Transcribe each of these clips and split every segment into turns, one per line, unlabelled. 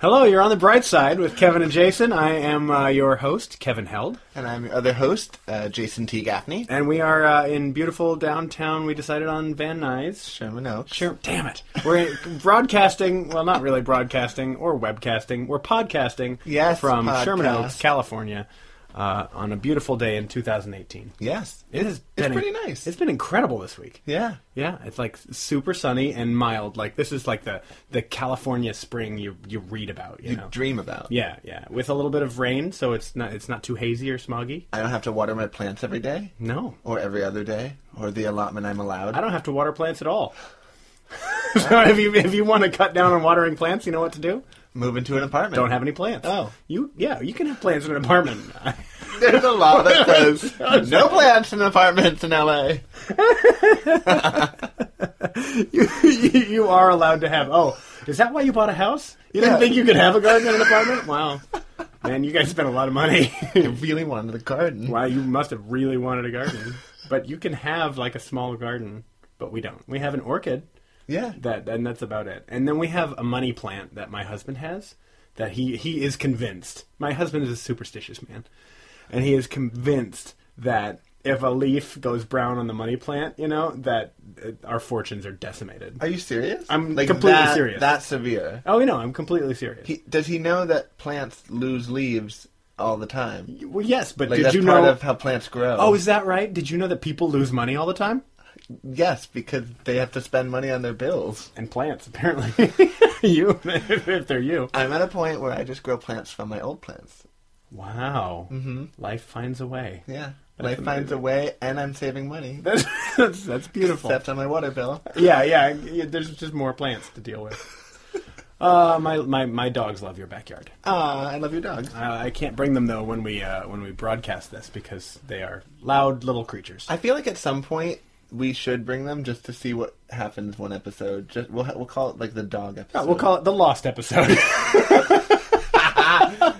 Hello, you're on the bright side with Kevin and Jason. I am uh, your host, Kevin Held,
And I'm your other host, uh, Jason T. Gaffney.
and we are uh, in beautiful downtown. We decided on Van Nuys.
Sherman Oaks.
Sure, damn it. We're in- broadcasting, well, not really broadcasting or webcasting. We're podcasting
Yes,
from
podcast.
Sherman Oaks, California, uh, on a beautiful day in 2018.
Yes.
It has
It's
been
pretty nice.
It's been incredible this week.
Yeah.
Yeah, it's like super sunny and mild. Like this is like the the California spring you you read about. You,
You
know?
dream about.
Yeah, yeah. With a little bit of rain, so it's not it's not too hazy or smoggy.
I don't have to water my plants every day,
No,
or every other day, or the allotment I'm allowed.
I don't have to water plants at all. so if you if you want to cut down on watering plants, you know what to do.
Move into an apartment.
Don't have any plants.
Oh.
you yeah, you can have plants in an apartment.
There's a law that says no plants in apartments in L.A.
you, you you are allowed to have. Oh, is that why you bought a house? You didn't
Yeah.
think you could have a garden in an apartment? Wow, man, you guys spent a lot of money.
I really wanted a garden.
wow, you must have really wanted a garden. But you can have like a small garden, but we don't. We have an orchid.
Yeah.
That and that's about it. And then we have a money plant that my husband has that he he is convinced. My husband is a superstitious man, and he is convinced that if a leaf goes brown on the money plant, you know that uh, our fortunes are decimated.
Are you serious?
I'm completely
that-
serious.
That severe.
Oh, you know, I'm completely serious.
He, does he know that plants lose leaves all the time?
well, yes, but
Like
did
that's
you
part
know?
of how plants grow.
Oh, is that right? Did you know that people lose money all the time?
yes, because they have to spend money on their bills.
And plants, apparently. you, if they're you.
I'm at a point where I just grow plants from my old plants.
Wow. Mm-hmm. Life finds a way.
Yeah.
That's
Life finds a way, and I'm saving money.
That's, that's, that's beautiful.
Except on my water bill.
yeah, yeah, yeah. There's just more plants to deal with. Uh, my, my my dogs love your backyard.
Ah, I love your dogs.
Uh, I can't bring them though when we uh, when we broadcast this because they are loud little creatures.
I feel like at some point we should bring them just to see what happens one episode. Just we'll ha- we'll call it like the dog episode.
Uh, we'll call it the lost episode.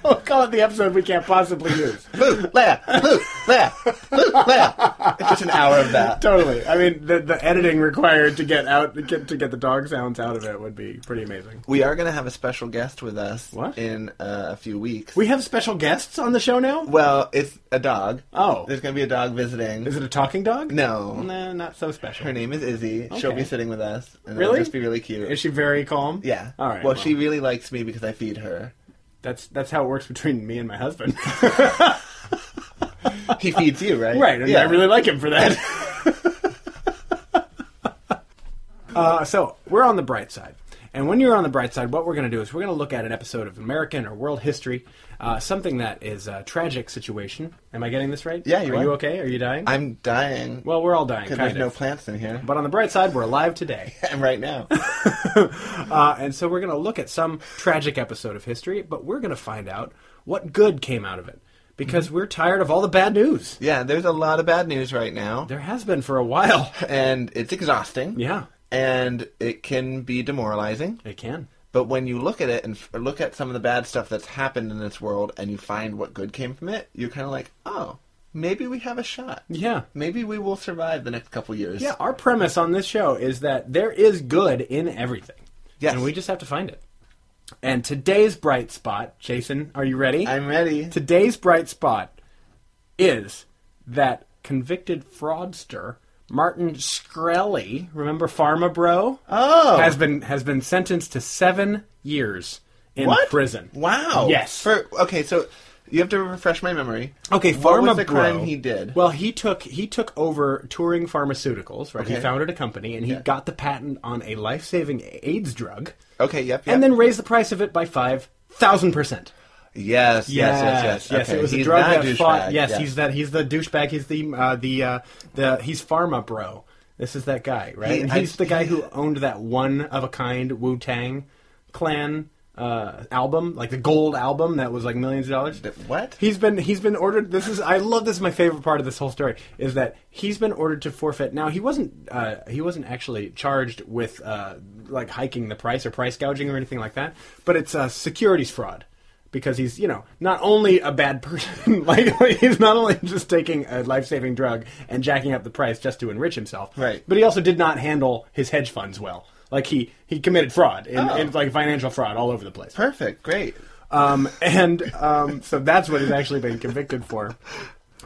we'll call it the episode we can't possibly use.
Luke, Leia, Luke, Leia, Luke, Leia. It's just an hour of that.
Totally. I mean, the, the editing required to get out to get, to get the dog sounds out of it would be pretty amazing.
We are going to have a special guest with us
What?
in uh, a few weeks.
We have special guests on the show now.
well, it's a dog.
Oh.
There's going to be a dog visiting.
Is it a talking dog?
no.
no, not so special.
Her name is Izzy. She'll
Okay.
be sitting with us. And it'll
Really?
just be really cute.
Is she very calm?
Yeah.
All right.
Well, she really likes me because I feed her.
That's that's how it works between me and my husband.
He feeds you, right?
right, and
yeah.
I really like him for that. uh, so we're on the bright side. And when you're on the bright side, what we're going to do is we're going to look at an episode of American or world history, uh, something that is a tragic situation. Am I getting this right?
Yeah, you
are.
are.
you okay? Are you dying?
I'm dying
well, we're all dying,
because
kind
there's
of.
no plants in here.
but on the bright side, we're alive today.
And right now,
Uh, and so we're going to look at some tragic episode of history, but we're going to find out what good came out of it because we're tired of all the bad news.
yeah, there's a lot of bad news right now,
There has been for a while.
and it's exhausting.
Yeah,
And it can be demoralizing.
it can.
But when you look at it and f- look at some of the bad stuff that's happened in this world, and you find what good came from it, you're kind of like, oh, maybe we have a shot.
Yeah.
Maybe we will survive the next couple years.
Yeah, our premise on this show is that there is good in everything.
Yes.
And we just have to find it. And today's bright spot, Jason, are you ready?
I'm ready.
Today's bright spot is that convicted fraudster Martin Shkreli, remember Pharma Bro?
Oh.
has been has been sentenced to seven years in
What?
prison.
Wow.
Yes.
For okay, so you have to refresh my memory.
Okay,
What
Pharma
was the
Bro-
crime he did?
Well, he took he took over Touring Pharmaceuticals, right? He
Okay.
founded a company and he
Yeah.
got the patent on a life-saving AIDS drug
okay. Yep. yep.
and then raised the price of it by 5,000%.
yes, yes, yes, yes.
yes.
Okay,
It was a
he's
drug
that
that fought.
douchebag,
Yes,
yeah.
he's that. He's the douchebag. He's the uh, the uh, the he's pharma bro. This is that guy, right?
He-
and
I-
he's the guy who owned that one of a kind Wu Tang clan uh, album, like the gold album that was like millions of dollars.
The- what?
He's been he's been ordered. This is I love this. Is my favorite part of this whole story is that he's been ordered to forfeit. Now he wasn't uh, he wasn't actually charged with uh, like hiking the price or price gouging or anything like that. But it's uh, securities fraud because he's you know not only a bad person like he's not only just taking a life-saving drug and jacking up the price just to enrich himself
Right.
but he also did not handle his hedge funds well like he he committed fraud and
Oh.
like financial fraud all over the place
Perfect. Great.
um, and um, so that's what he's actually been convicted for.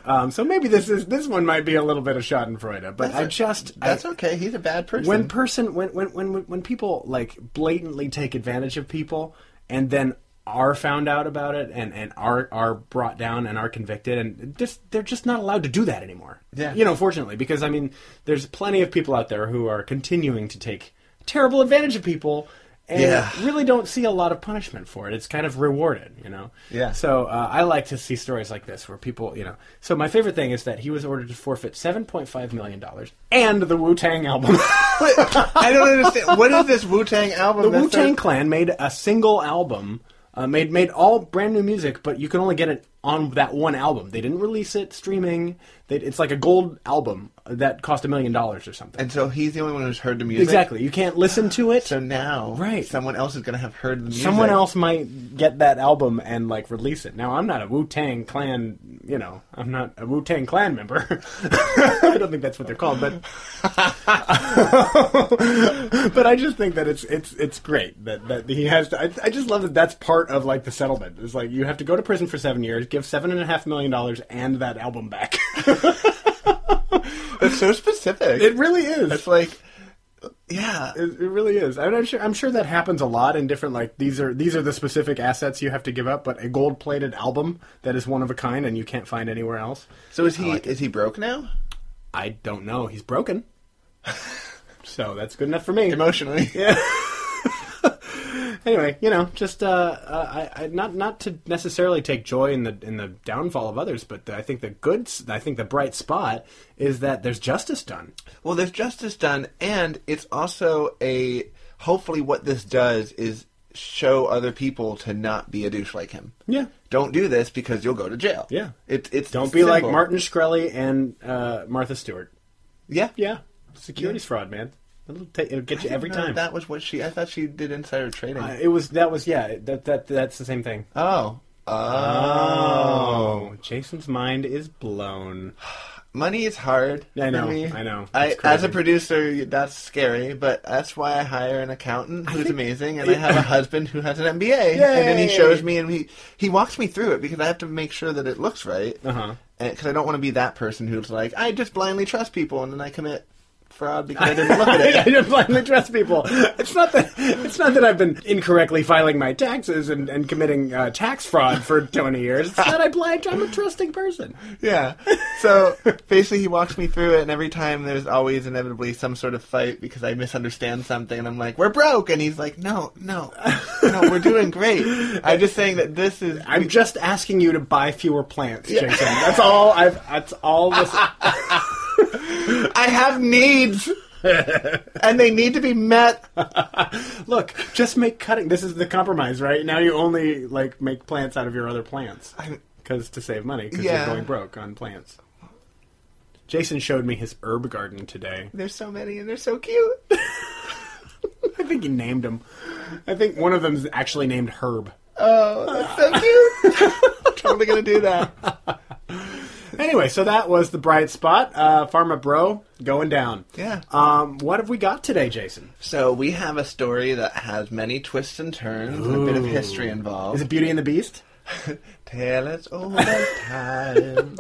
Um, so maybe this is this one might be a little bit of Schadenfreude, but I just I-
That's okay. He's a bad person.
when person when when when when people like blatantly take advantage of people and then are found out about it and and are are brought down and are convicted and just they're just not allowed to do that anymore.
Yeah.
You know, fortunately, because I mean, there's plenty of people out there who are continuing to take terrible advantage of people and
Yeah.
really don't see a lot of punishment for it. It's kind of rewarded, you know.
Yeah.
So uh, I like to see stories like this where people, you know. So my favorite thing is that he was ordered to forfeit seven point five million dollars and the Wu Tang album.
Wait, I don't understand. What is this Wu Tang album?
the
that's
Wu Tang
so-
Clan made a single album, uh, made made all brand new music, but you can only get it on that one album. They didn't release it streaming. They, it's like a gold album that cost a million dollars or something.
And so he's the only one who's heard the music.
exactly, you can't listen to it.
So now,
Right.
someone else is going to have heard the music.
Someone else might get that album and like release it. Now I'm not a Wu Tang Clan, you know, I'm not a Wu Tang Clan member. I don't think that's what they're called, but but I just think that it's it's it's great that that he has. To, I, I just love that that's part of like the settlement. It's like you have to go to prison for seven years, give seven and a half million dollars, and that album back.
That's so specific.
it really is.
it's like, yeah.
It, it really is. I mean, I'm sure. I'm sure that happens a lot in different. Like these are these are the specific assets you have to give up. But a gold plated album that is one of a kind and you can't find anywhere else.
So is he is he broke now?
I don't know. He's broken. so that's good enough for me.
Emotionally.
Anyway, you know, just uh, uh, I, I, not not to necessarily take joy in the in the downfall of others, but I think the good, s- I think the bright spot is that there's justice done.
Well, there's justice done, and it's also a hopefully what this does is show other people to not be a douche like him.
Yeah.
Don't do this because you'll go to jail.
Yeah.
It, it's
Don't be like
simple.
Martin Shkreli and uh, Martha Stewart.
Yeah.
Yeah, securities fraud, man. It'll, ta- it'll get you every
No,
time.
Uh, That was what she. I thought she did insider trading.
Uh, it was that was yeah that that that's the same thing.
oh.
Uh, Oh, Jason's mind is blown.
Money is hard.
I know,
For me.
I know.
I,
It's crazy.
as a producer, you- that's scary, but that's why I hire an accountant who's amazing, and I have a husband who has an MBA, and then he
Yay!
shows me and he he walks me through it because I have to make sure that it looks right,
Uh-huh.
Because I don't want to be that person who's like, I just blindly trust people, and then I commit fraud because I didn't look at
I
it.
didn't blindly trust people. It's not that it's not that I've been incorrectly filing my taxes and, and committing uh, tax fraud for twenty years. It's that I blind. I'm a trusting person.
yeah. So basically, he walks me through it, and every time there's always inevitably some sort of fight because I misunderstand something, and I'm like, "We're broke," and he's like, "No, no, no, we're doing great." I'm just saying that this is.
I'm just asking you to buy fewer plants, Jason. That's all. I've. That's all. This,
I have needs, and they need to be met.
Look, just make cutting. This is the compromise, right? Now you only like make plants out of your other plants
I-
because to save money because
Yeah.
you're going broke on plants. Jason showed me his herb garden today.
There's so many, and they're so cute.
I think he named them. I think one of them's actually named Herb.
Oh, that's so cute. totally gonna do that.
Anyway, so that was the bright spot. Uh, Pharma Bro going down.
Yeah.
Um, what have we got today, Jason?
So we have a story that has many twists and turns, and a bit of history involved.
Is it Beauty and the Beast?
Tell us all the time.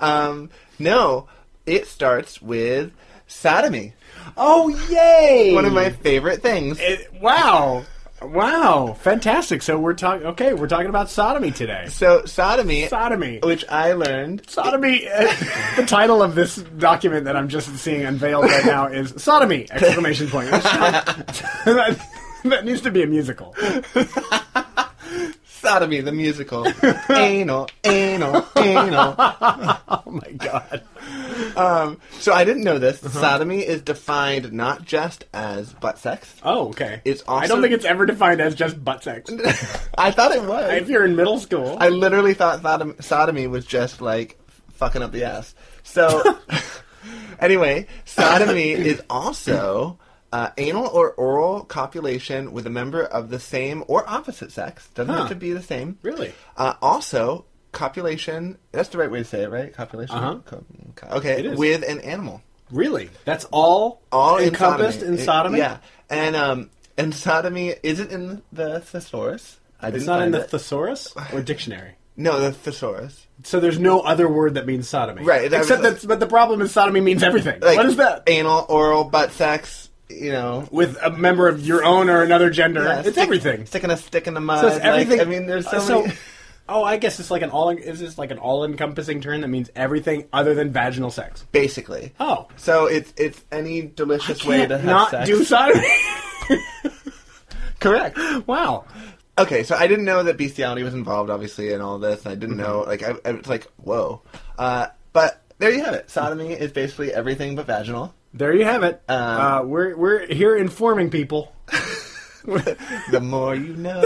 um, no, it starts with sodomy.
Oh, yay!
One of my favorite things.
It- wow. Wow. Fantastic. So we're talking. Okay, we're talking about sodomy today.
So sodomy,
Sodomy.
which I learned.
Sodomy. uh, the title of this document that I'm just seeing unveiled right now is "Sodomy!" Exclamation point. that, that needs to be a musical. Oh
Sodomy, the musical. anal, anal, anal.
Oh my god.
Um, so I didn't know this. Sodomy is defined not just as butt sex.
Oh, okay.
It's
I
also-
don't think it's ever defined as just butt sex.
I thought it was.
if you're in middle school,
I literally thought sodom- sodomy was just like fucking up the ass. So, anyway, sodomy is also uh, anal or oral copulation with a member of the same or opposite sex. Doesn't
Huh.
have to be the same.
Really?
Uh, also, copulation. That's the right way to say it, right? Copulation.
Uh-huh.
Co- co- okay,
It is.
with an animal
really, that's all
all in
encompassed
sodomy.
in sodomy.
It- yeah, and um, and sodomy is it in the thesaurus? I
it's
didn't
not in
find
the
it.
thesaurus or dictionary.
no, the thesaurus.
So there's no other word that means sodomy,
Right, that was-
Except that, but the problem is sodomy means everything.
Like,
what is that?
Anal, oral, butt sex. You know,
With a member of your own or another gender,
yeah,
it's
stick-
everything.
Sticking a stick in the mud.
So it's
like,
everything.
I mean, there's so,
uh,
many.
Oh, I guess it's like an all. Is this like an all-encompassing term that means everything other than vaginal sex?
Basically.
Oh,
So it's it's any delicious way to have
not
sex.
do sodomy.
Correct.
wow.
Okay, so I didn't know that bestiality was involved, obviously, in all this. I
Mm-hmm.
didn't know, like, I, I was like, whoa. Uh, but there you have it. Sodomy is basically everything but vaginal.
There you have it.
Um,
uh, we're we're here informing people.
The more you know.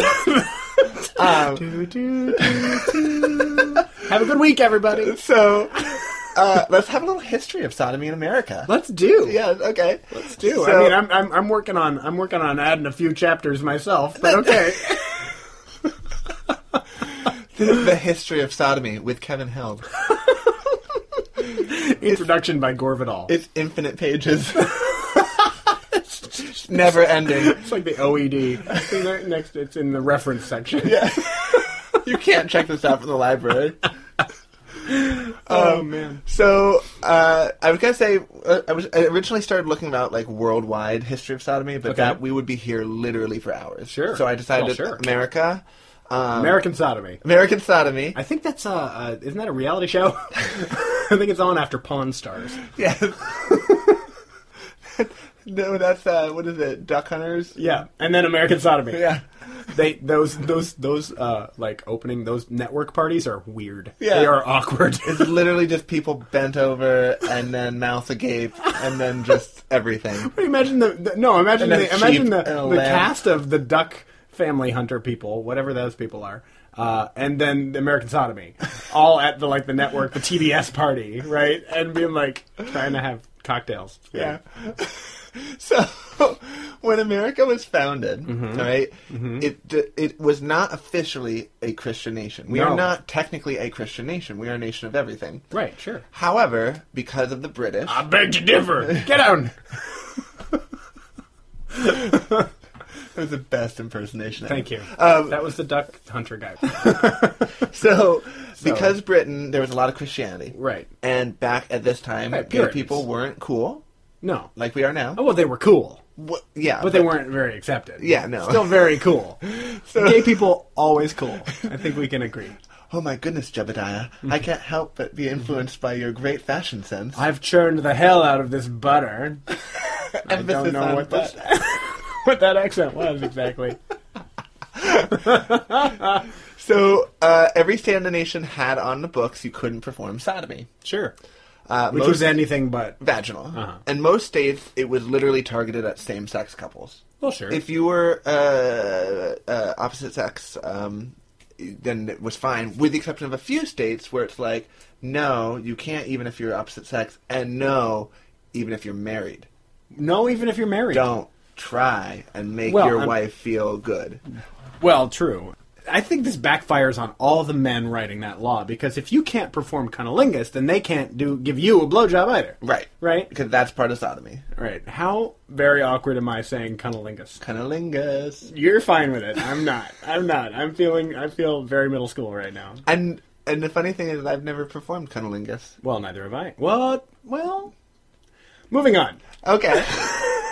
um,
Do, do, do, do. have a good week, everybody.
so uh, let's have a little history of sodomy in America.
Let's do.
yeah, okay. Let's
do. I mean, I'm, I'm I'm working on I'm working on adding a few chapters myself, but okay.
the history of sodomy with Kevin Held.
Introduction by Gore Vidal. It's
It's infinite pages. Never ending.
like the E OED. It's in the- Next, it's in the reference section.
You can't check this out from the library.
Oh man.
So uh, I was gonna say uh, I was I originally started looking about like worldwide history of sodomy, but
Okay.
that we would be here literally for hours.
Sure.
So I decided
Well, sure.
America, um,
American sodomy.
American sodomy.
I think that's a uh, isn't that a reality show? I think it's on after Pawn Stars.
Yes. no, that's uh, what is it? Duck hunters.
Yeah, and then American sodomy.
Yeah.
They those those those uh like opening those network parties are weird.
Yeah.
They are awkward.
It's literally just people bent over and then mouth agape and then just everything.
imagine the, the no, imagine
And a
the, imagine
sheep
the,
and a
the
lamb.
cast of the duck family hunter people, whatever those people are. Uh, and then the American sodomy, all at the like the network, the TBS party, right? And being like trying to have cocktails.
Yeah. So when America was founded,
Mm-hmm.
right, it d- it was not officially a Christian nation. We
No.
are not technically a Christian nation. We are a nation of everything.
right, sure.
However, because of the British,
I beg to differ. Get down.
it was the best impersonation. ever.
Thank you.
Um,
that was the duck hunter guy.
So, because Britain, there was a lot of Christianity,
Right.
And back at this time,
Right,
gay
Puritans.
people weren't cool
No.
like we are now.
Oh, well, they were cool.
Wha- yeah,
But they weren't very accepted.
Yeah, no.
Still very cool. Gay people always cool. I think we can agree.
Oh my goodness, Jebediah! I can't help but be influenced by your great fashion sense.
I've churned the hell out of this butter. I
Emphasis
don't know
on
what
butt.
that, what that accent was exactly.
So uh, every state in the nation had on the books you couldn't perform sodomy,
Sure.
uh,
Which
most
was anything but.
vaginal,
Uh-huh.
and most states it was literally targeted at same-sex couples.
Well, sure.
If you were uh, uh, opposite sex, um, then it was fine, with the exception of a few states where it's like, no, you can't even if you're opposite sex, and no, even if you're married.
no, even if you're married.
Don't try and make
Well,
your
I'm-
wife feel good.
Well, true. I think this backfires on all the men writing that law because if you can't perform cunnilingus, then they can't do give you a blowjob either.
Right.
Right.
Because that's part of sodomy.
Right. How very awkward am I saying cunnilingus?
Cunnilingus.
You're fine with it. I'm not. I'm not. I'm feeling. I feel very middle school right now.
And and the funny thing is, I've never performed cunnilingus.
Well, neither have I. What? Well, moving on.
Okay.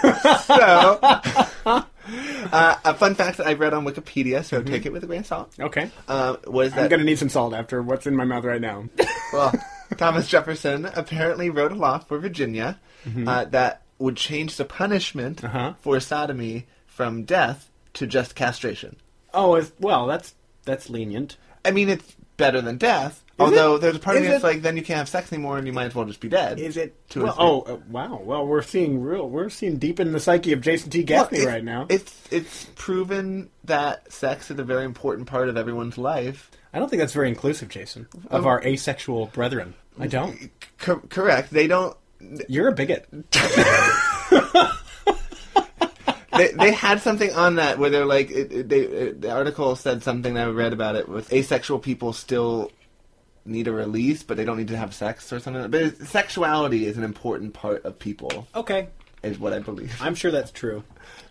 so, uh, a fun fact that I read on Wikipedia, so take it with a grain of salt,
Okay.
uh, was
Mm-hmm. I'm
that
gonna need some salt after what's in my mouth right now.
well, Thomas Jefferson apparently wrote a law for Virginia uh, that would change the punishment
Mm-hmm. Uh-huh.
for sodomy from death to just castration.
oh, it's, well, that's that's lenient.
I mean, it's better than death. although there's a part of
Is
me that's
it?
like, then you can't have sex anymore, and you might as well just be dead.
Is it?
To a
Well,
degree.
oh, uh, wow. Well, we're seeing real. We're seeing deep in the psyche of Jason T.
Well,
Gaffney
it's-
right now.
It's it's proven that sex is a very important part of everyone's life.
I don't think that's very inclusive, Jason, of our asexual brethren. I don't.
Cor- correct. They don't.
You're a bigot.
They, they had something on that where they're like, it, it, they, it, the article said something I read about it with asexual people still need a release, but they don't need to have sex or something. But it's, sexuality is an important part of people,
Okay,
is what I believe.
I'm sure that's true.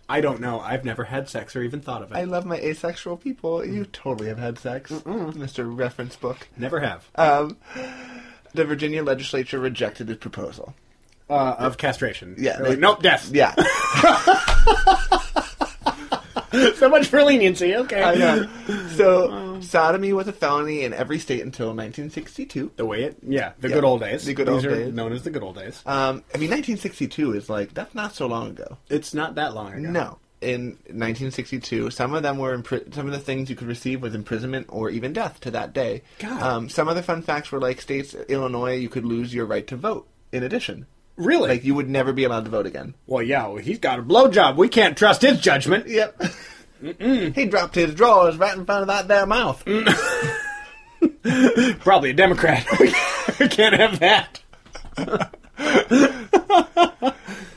I don't know. I've never had sex or even thought of it.
I love my asexual people. You totally have had sex, Mr. Reference Book.
never have.
Um, the Virginia legislature rejected his proposal.
Uh, of castration.
Yeah,
They're
they-
Like, nope, death.
Yeah.
so much for leniency. Okay.
I know. So, sodomy was a felony in every state until 1962.
The way it, yeah, the good old days.
The good
These
old
are
days.
known as the good old days.
Um, I mean, 1962 is like, that's not so long ago.
It's not that long ago.
No. In 1962, some of them were impri- some of the things you could receive was imprisonment or even death to that day.
God.
Um, some other fun facts were like states, Illinois, you could lose your right to vote. In addition,
really.
like you would never be allowed to vote again.
well, yeah, well, he's got a blowjob. We can't trust his judgment.
Yep. He dropped his drawers right in front of that there mouth.
Mm. Probably a Democrat. we can't have that.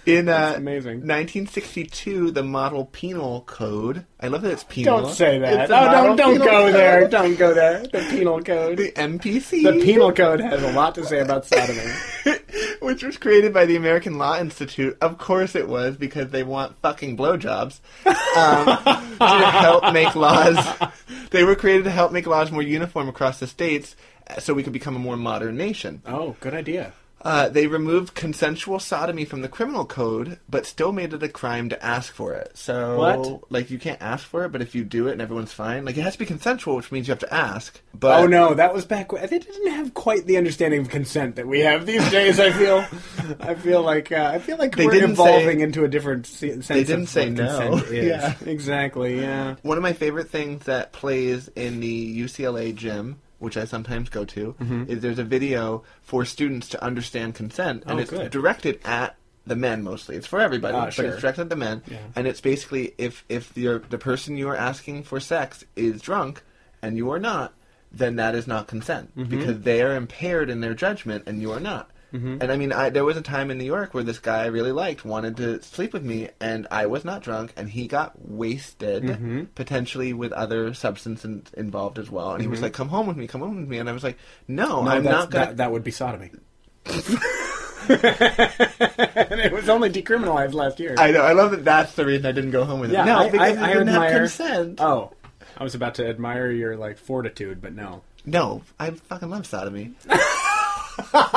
In uh,
amazing.
1962, the Model Penal Code. I love that it's penal.
Don't say that.
It's the
No,
Model
don't don't
Penal
go
Code.
there. Don't go there. The penal
The
code.
MPC,
The penal code has a lot to say about sodomy.
which was created by the American Law Institute, of course it was because they want fucking blowjobs um, to help make laws. They were created to help make laws more uniform across the states, uh, so we could become a more modern nation.
Oh, good idea.
Uh, they removed consensual sodomy from the criminal code, but still made it a crime to ask for it. So,
What?
like, you can't ask for it, but if you do it and everyone's fine, like, it has to be consensual, which means you have to ask. But
Oh no, that was back when they didn't have quite the understanding of consent that we have these days. I feel, I feel like uh, I feel like
They
we're
didn't
evolving
say-
into a different se- sense.
didn't
of
say
what
no.
consent is.
Yeah.
exactly. Yeah.
One of my favorite things that plays in the UCLA gym, which I sometimes go to,
Mm-hmm.
is there's a video for students to understand consent, and
Oh,
it's
good.
directed at the men mostly. It's for everybody,
Ah,
uh, but
sure.
it's directed at the men, and it's basically if if your the person you are asking for sex is drunk and you are not, then that is not consent
Mm-hmm.
because they are impaired in their judgment and you are not.
Mm-hmm.
And I mean, I, there was a time in New York where this guy I really liked wanted to sleep with me, and I was not drunk, and he got wasted,
Mm-hmm.
potentially with other substances involved as well. And he was like, "Come home with me, come home with me," and I was like, "No,
Mm-hmm. No,
I'm
that's-
not gonna."
that, that would be sodomy. and it was only decriminalized last year.
I know. I love that. That's the reason I didn't go home with
yeah,
him. no,
I,
because
I,
I,
I
didn't
admire.
have consent.
Oh, I was about to admire your like fortitude, but no,
No, I fucking love sodomy.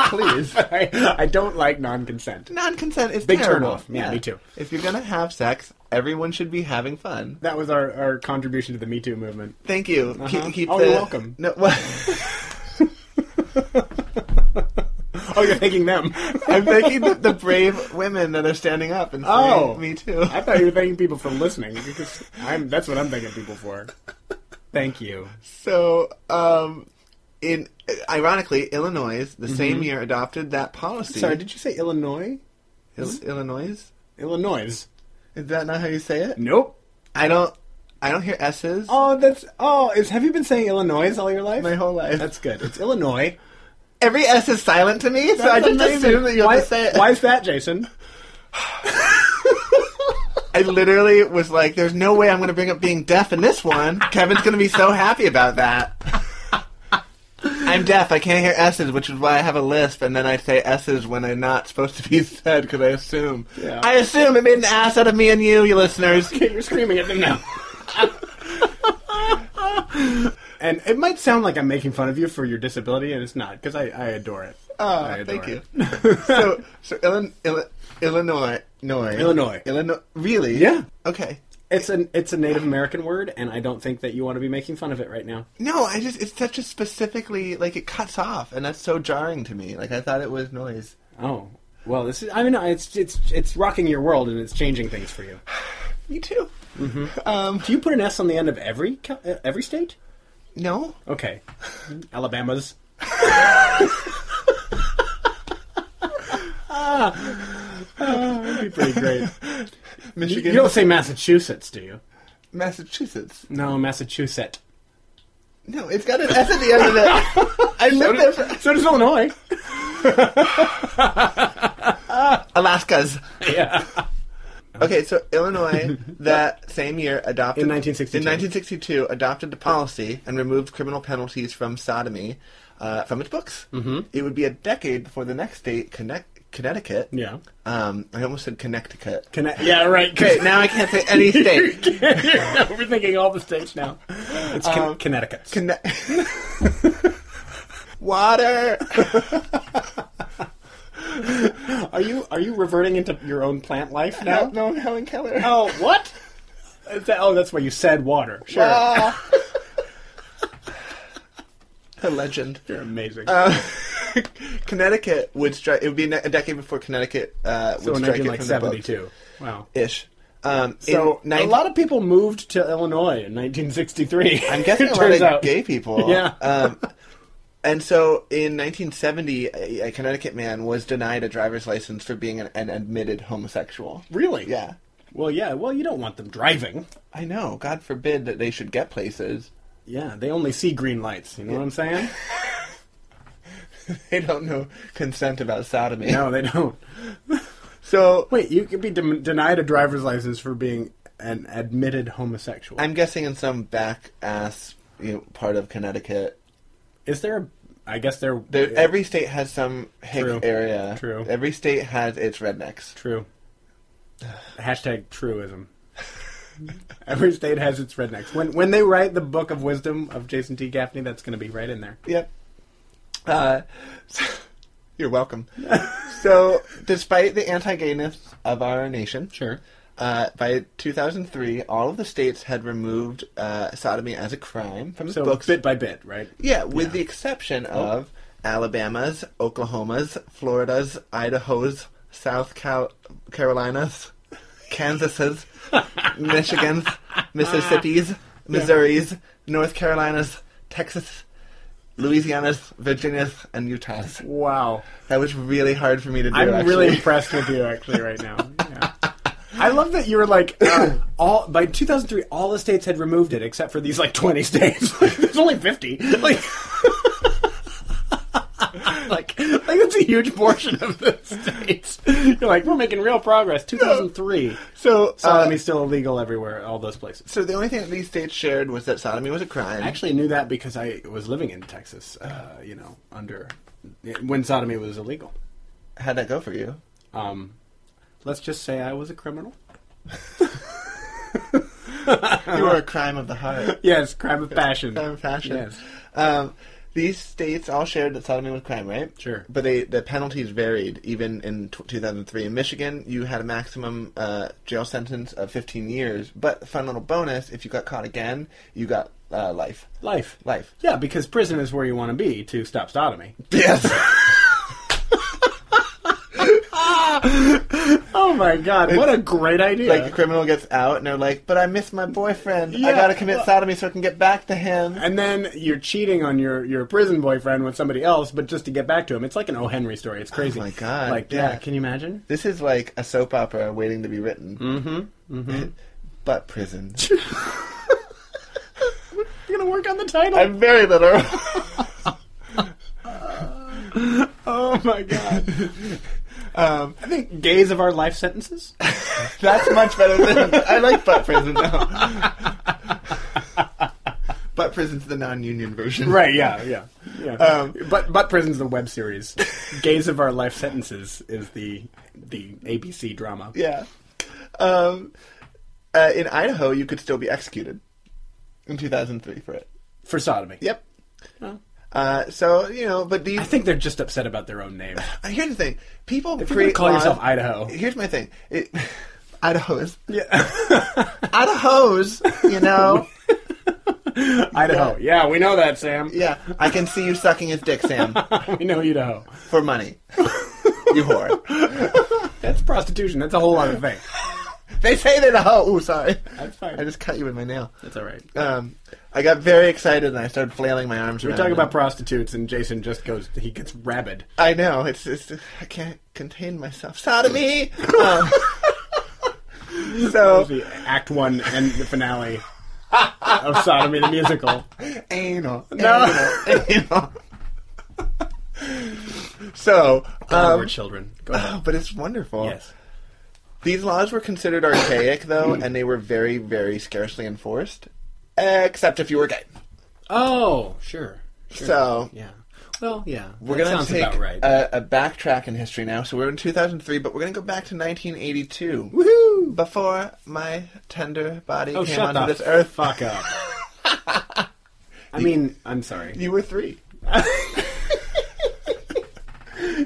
Please,
I, I don't like non-consent.
non-consent is
Big
terrible.
turnoff. Yeah, me too.
If you're gonna have sex, everyone should be having fun.
That was our, our contribution to the Me Too movement.
Thank you.
Uh-huh.
Keep, keep
Oh,
the-
you're welcome.
No, well,
Oh, you're thanking them.
I'm thanking the, the brave women that are standing up and saying,
Oh.
"Me too."
I thought you were thanking people for listening because I'm. That's what I'm thanking people for. Thank you.
So, um, in ironically, Illinois the same year adopted that policy.
Mm-hmm. Sorry, did you say Illinois?
Il- Illinois?
Illinois.
Is that not how you say it?
Nope.
I don't. I don't hear s's
Oh, that's. Oh, is have you been saying Illinois all your life?
my whole life.
That's good. It's Illinois.
Every S is silent to me, so I just
Amazing.
assume that you
why,
have to say it.
Why is that, Jason?
I literally was like, "There's no way I'm going to bring up being deaf in this one." Kevin's going to be so happy about that. I'm deaf. I can't hear s's, which is why I have a lisp, and then I say s's when they're not supposed to be said because I assume.
Yeah.
I assume it made an ass out of me and you, you listeners.
Okay, you're screaming at them now. and it might sound like I'm making fun of you for your disability, and it's not because I, I adore it. I
Oh,
adore
thank you.
it.
so, so Illinois, Illinois, Illinois,
Illinois.
Illinois. Really?
Yeah.
Okay.
It's an it's a Native American word, and I don't think that you want to be making fun of it right now.
No, I just it's such a specifically like it cuts off, and that's so jarring to me. Like I thought it was noise.
Oh well, this is. I mean, it's it's it's rocking your world, and it's changing things for you.
Me too. Um,
Do you put an S on the end of every co- uh, every state?
No?
Okay. Alabama's. ah, that'd be pretty great. You
Michigan?
don't say Massachusetts, do you?
Massachusetts.
No, Massachusetts.
No, it's got an S at the end of it. I lived there for
So does Illinois.
Alaska's.
Yeah.
Okay, so Illinois that same year adopted
In 1962.
in 1962 adopted the policy and removed criminal penalties from sodomy uh, from its books. Mm-hmm. It would be a decade before the next state, Connect- Connecticut.
Yeah.
Um, I almost said Connecticut.
Connect- yeah, right.
Okay, now I can't say any state.
We're thinking all the states now. It's Con- Connecticut.
Conne- Water.
are you are you reverting into your own plant life
No,
now?
no, Helen Keller.
Oh, what? Is that- oh, that's why you said water. Sure.
Ah. a legend.
You're amazing.
uh, Connecticut would strike. It would be ne- a decade before Connecticut uh, would
so in
strike it from the
1972. Wow.
book. ish. Um,
So
in nine-
a lot of people moved to Illinois in 1963.
I'm guessing a
it
lot
turns
of
out.
gay people.
Yeah.
Um, and so in 1970, a, a Connecticut man was denied a driver's license for being an, an admitted homosexual.
Really?
Yeah.
Well, yeah. Well, you don't want them driving.
I know. God forbid that they should get places.
Yeah, they only see green lights. You know what I'm saying?
They don't know consent about sodomy.
no, they don't.
So
Wait, you could be dem denied a driver's license for being an admitted homosexual.
I'm guessing in some back ass you know, part of Connecticut,
Is there? A, I guess there.
There, Every state has some hick
True.
area.
True.
Every state has its rednecks.
True. Hashtag truism. Every state has its rednecks. When when they write the book of wisdom of Jason T. Gaffney, that's going to be right in there.
Yep. Uh, you're welcome. so, despite the anti-gayness of our nation,
Sure.
uh, by 2003, all of the states had removed uh, sodomy as a crime from the
So
books.
bit by bit, right?
yeah, with the exception of Alabama's, Oklahoma's, Florida's, Idaho's, South Cal- Carolina's, Kansas's, Michigan's, Mississippi's, Missouri's, North Carolina's, Texas, Louisiana's, Virginia's, and Utah's.
Wow.
That was really hard for me to do.
I'm
actually.
really impressed with you actually right now. Yeah. I love that you were like uh, all by 2003 all the states had removed it except for these like 20 states. There's only 50. Like like like that's a huge portion of the states. You're like we're making real progress. 2003.
so. Uh,
Sodomy's still illegal everywhere, all those places.
so the only thing that these states shared was that sodomy was a crime.
I actually knew that because I was living in Texas, uh, you know, under when sodomy was illegal.
How'd that go for you?
Um, let's just say I was a criminal. uh-huh.
You were a crime of the heart.
Yes, crime of passion.
crime of passion.
Yes.
Um, these states all shared that sodomy was a crime, right?
Sure.
But they, the penalties varied even in t- 2003. In Michigan, you had a maximum uh, jail sentence of 15 years, but fun little bonus if you got caught again, you got uh, life.
Life.
Life.
Yeah, because prison is where you want to be to stop sodomy.
Yes!
Oh my god, what a great idea.
like the criminal gets out and they're like, but I miss my boyfriend. I
Yeah,
gotta commit
well-
sodomy so I can get back to him.
and then you're cheating on your, your prison boyfriend with somebody else, but just to get back to him. It's like an O. Henry story. It's crazy.
my God,
Like, yeah,
yeah.
can you imagine?
This is like a soap opera waiting to be written. Mm hmm. Mm hmm.
Mm-hmm.
but prison.
You're going to work on the title.
I'm very literal.
oh my god.
um,
I think gays of our life sentences.
That's much better than I like butt prison now. butt prison's the non-union version,
right, yeah, yeah. yeah.
Um,
but but prison's the web series. gays of our life sentences is the the ABC drama.
Yeah. Um, uh, in Idaho, you could still be executed in 2003 for it.
For sodomy.
Yep.
Well.
Uh, so you know, but these.
I think they're just upset about their own name.
Uh, here's the thing: people
If you're gonna
create
call
laws-
yourself Idaho,
Here's my thing: it, Idaho's
yeah,
Idaho's. You know,
Idaho. Yeah. we know that, Sam.
yeah. I can see you sucking his dick, Sam,
we know Idaho.
for money. you whore.
That's prostitution. That's a whole other thing.
They say they're the hoe. Ooh, sorry.
That's fine.
I just cut you with my nail.
That's all right.
Um, I got very excited and I started flailing my arms.
We're
around
talking
and-
about prostitutes, and Jason just goes. He gets rabid.
I know. It's, it's I can't contain myself. Sodomy. um, so
The act one and the finale of Sodomy the Musical.
anal.
No.
Anal. anal. so,
Um,
um,
children. Go ahead.
but it's wonderful.
yes.
These laws were considered archaic, though, and they were very, very scarcely enforced, except if you were gay.
Oh, sure. sure.
So
yeah. Well, yeah.
we're
that
going to
sounds
take
about right.
a, a backtrack in history now. So we're in 2003, but we're going to go back to 1982.
Woohoo!
Before my tender body
Oh,
came
shut
onto
the
this earth,
fuck up. I mean, I'm sorry.
you were three.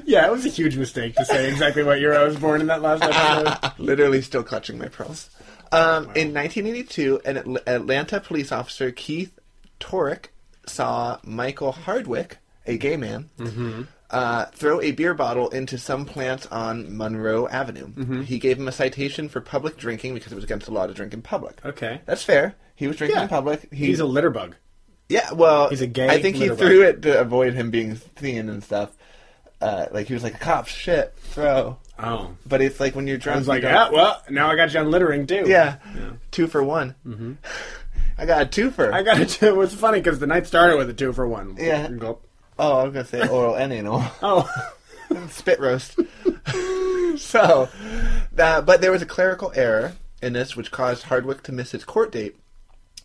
Yeah, it was a huge mistake to say exactly what year I was born in that last episode.
Literally still clutching my pearls. Um, In 1982, an Atl- Atlanta police officer, Keith Torek, saw Michael Hardwick, a gay man,
Mm-hmm.
uh, throw a beer bottle into some plants on Monroe Avenue.
Mm-hmm.
He gave him a citation for public drinking because it was against the law to drink in public.
Okay.
That's fair. He was drinking
Yeah.
in public. He-
He's a litter bug.
yeah, well,
He's a gay
I think he
litterbug.
threw it to avoid him being seen and stuff. Uh, like he was like, "Cops, shit, throw."
Oh.
But it's like when you're drunk,
I was
you
like,
don't-
ah, well, now I got you on littering too.
yeah, two for one. I got a two for.
Mm-hmm. I got it. It was funny because the night started with a two for one.
Yeah.
Gulp.
oh, I was gonna say oral and anal.
Oh.
spit roast. so, uh, but there was a clerical error in this, which caused Hardwick to miss his court date.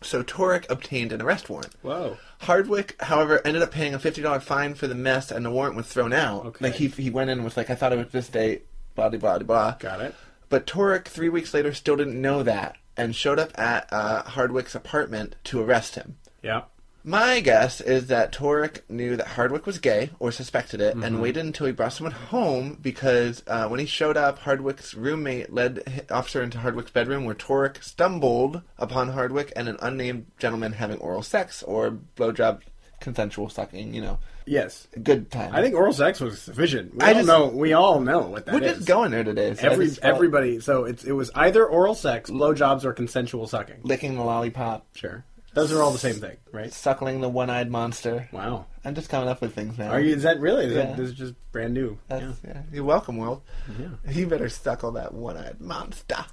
So Torek obtained an arrest warrant.
Whoa.
Hardwick, however, ended up paying a fifty dollar fine for the mess, and the warrant was thrown out.
Okay.
Like he he went in and was like, "I thought it was this date," blah de blah de blah.
Got it.
But Torek, three weeks later, still didn't know that, and showed up at uh, Hardwick's apartment to arrest him.
Yeah.
My guess is that Torek knew that Hardwick was gay or suspected it,
Mm-hmm.
and waited until he brought someone home because uh, when he showed up, Hardwick's roommate led h- officer into Hardwick's bedroom, where Torek stumbled upon Hardwick and an unnamed gentleman having oral sex or blowjob, consensual sucking. You know,
Yes.
good time.
I think oral sex was sufficient. We
I
all
just-
know. We all know what that
we're
is.
just going there today. So I
Every
just felt
everybody. So it's it was either oral sex, blowjobs, or consensual sucking.
licking the lollipop,
Sure. Those are all the same thing, right?
suckling the one-eyed monster.
Wow.
I'm just coming up with things now.
Are you? Is that really? Is
Yeah.
that, this is just brand new.
That's, yeah. You're welcome, world.
Yeah.
You better suckle that one-eyed monster.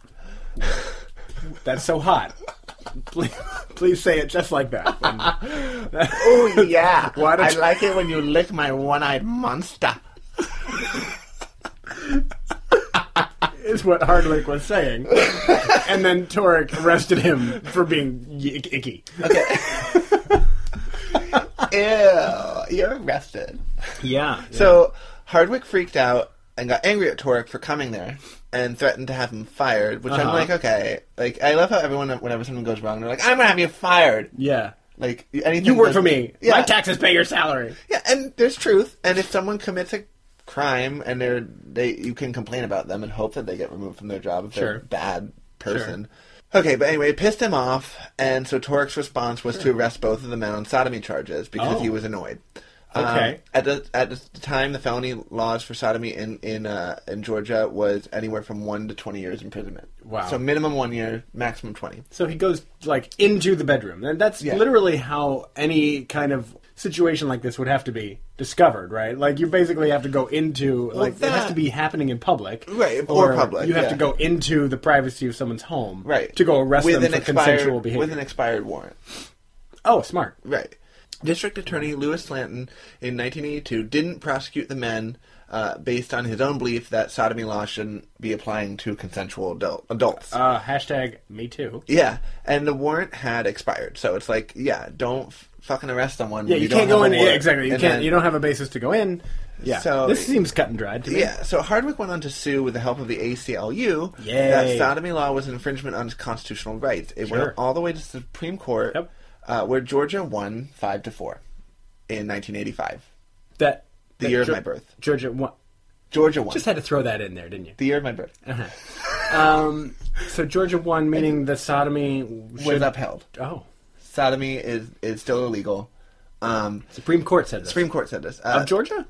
That's so hot. please, please say it just like that.
Oh yeah,
Why don't
I
you-
like it when you lick my one-eyed monster.
is what Hardwick was saying. and then Torek arrested him for being y- icky.
Ew, you're arrested.
Yeah.
So Hardwick freaked out and got angry at Torek for coming there and threatened to have him fired. Which I'm
Uh-huh.
like, okay. Like I love how everyone, whenever something goes wrong, they're like, I'm gonna have you fired.
yeah.
Like anything.
You work
goes-
for me.
Yeah.
My taxes pay your salary.
Yeah, and there's truth. And if someone commits a crime and they're they you can complain about them and hope that they get removed from their job if they're
Sure.
a bad person. Okay, but anyway, it pissed him off, and so Torek's response was to arrest both of the men on sodomy charges because
Oh.
he was annoyed. Um,
Okay.
at the at the time, the felony laws for sodomy in in uh, in Georgia was anywhere from one to twenty years imprisonment.
Wow.
So minimum one year, maximum twenty.
So he goes like into the bedroom, and that's
Yeah.
literally how any kind of situation like this would have to be discovered, right? Like you basically have to go into like it has
that-
to be happening in public,
Right, or public,
You have
yeah.
to go into the privacy of someone's home,
Right.
To go arrest
with
them
an
for
expired,
consensual behavior.
with an expired warrant.
oh, smart.
Right. District Attorney Lewis Lanton in 1982 didn't prosecute the men uh, based on his own belief that sodomy law shouldn't be applying to consensual adult- adults.
Uh, hashtag me too.
yeah, and the warrant had expired, so it's like, yeah, don't f- fucking arrest someone.
Yeah,
when
you,
don't
can't go
have
in.
a
Yeah,
warrant.
exactly. You
And
can't.
then-
you don't have a basis to go in. Yeah.
So-
this seems cut and dried to me.
Yeah, so Hardwick went on to sue with the help of the ACLU
Yay.
that sodomy law was an infringement on his constitutional rights. It
Sure.
went all the way to the Supreme Court,
Yep.
uh, where Georgia won five to four in 1985,
That
the
that
year of
Ge-
my birth.
Georgia won.
Georgia won.
Just had to throw that in there, didn't you?
the year of my birth
Um, so Georgia won, meaning the sodomy
was
should
upheld.
Oh,
Sodomy is is still illegal. Um,
Supreme Court said this.
Supreme Court said this. Uh,
of Georgia?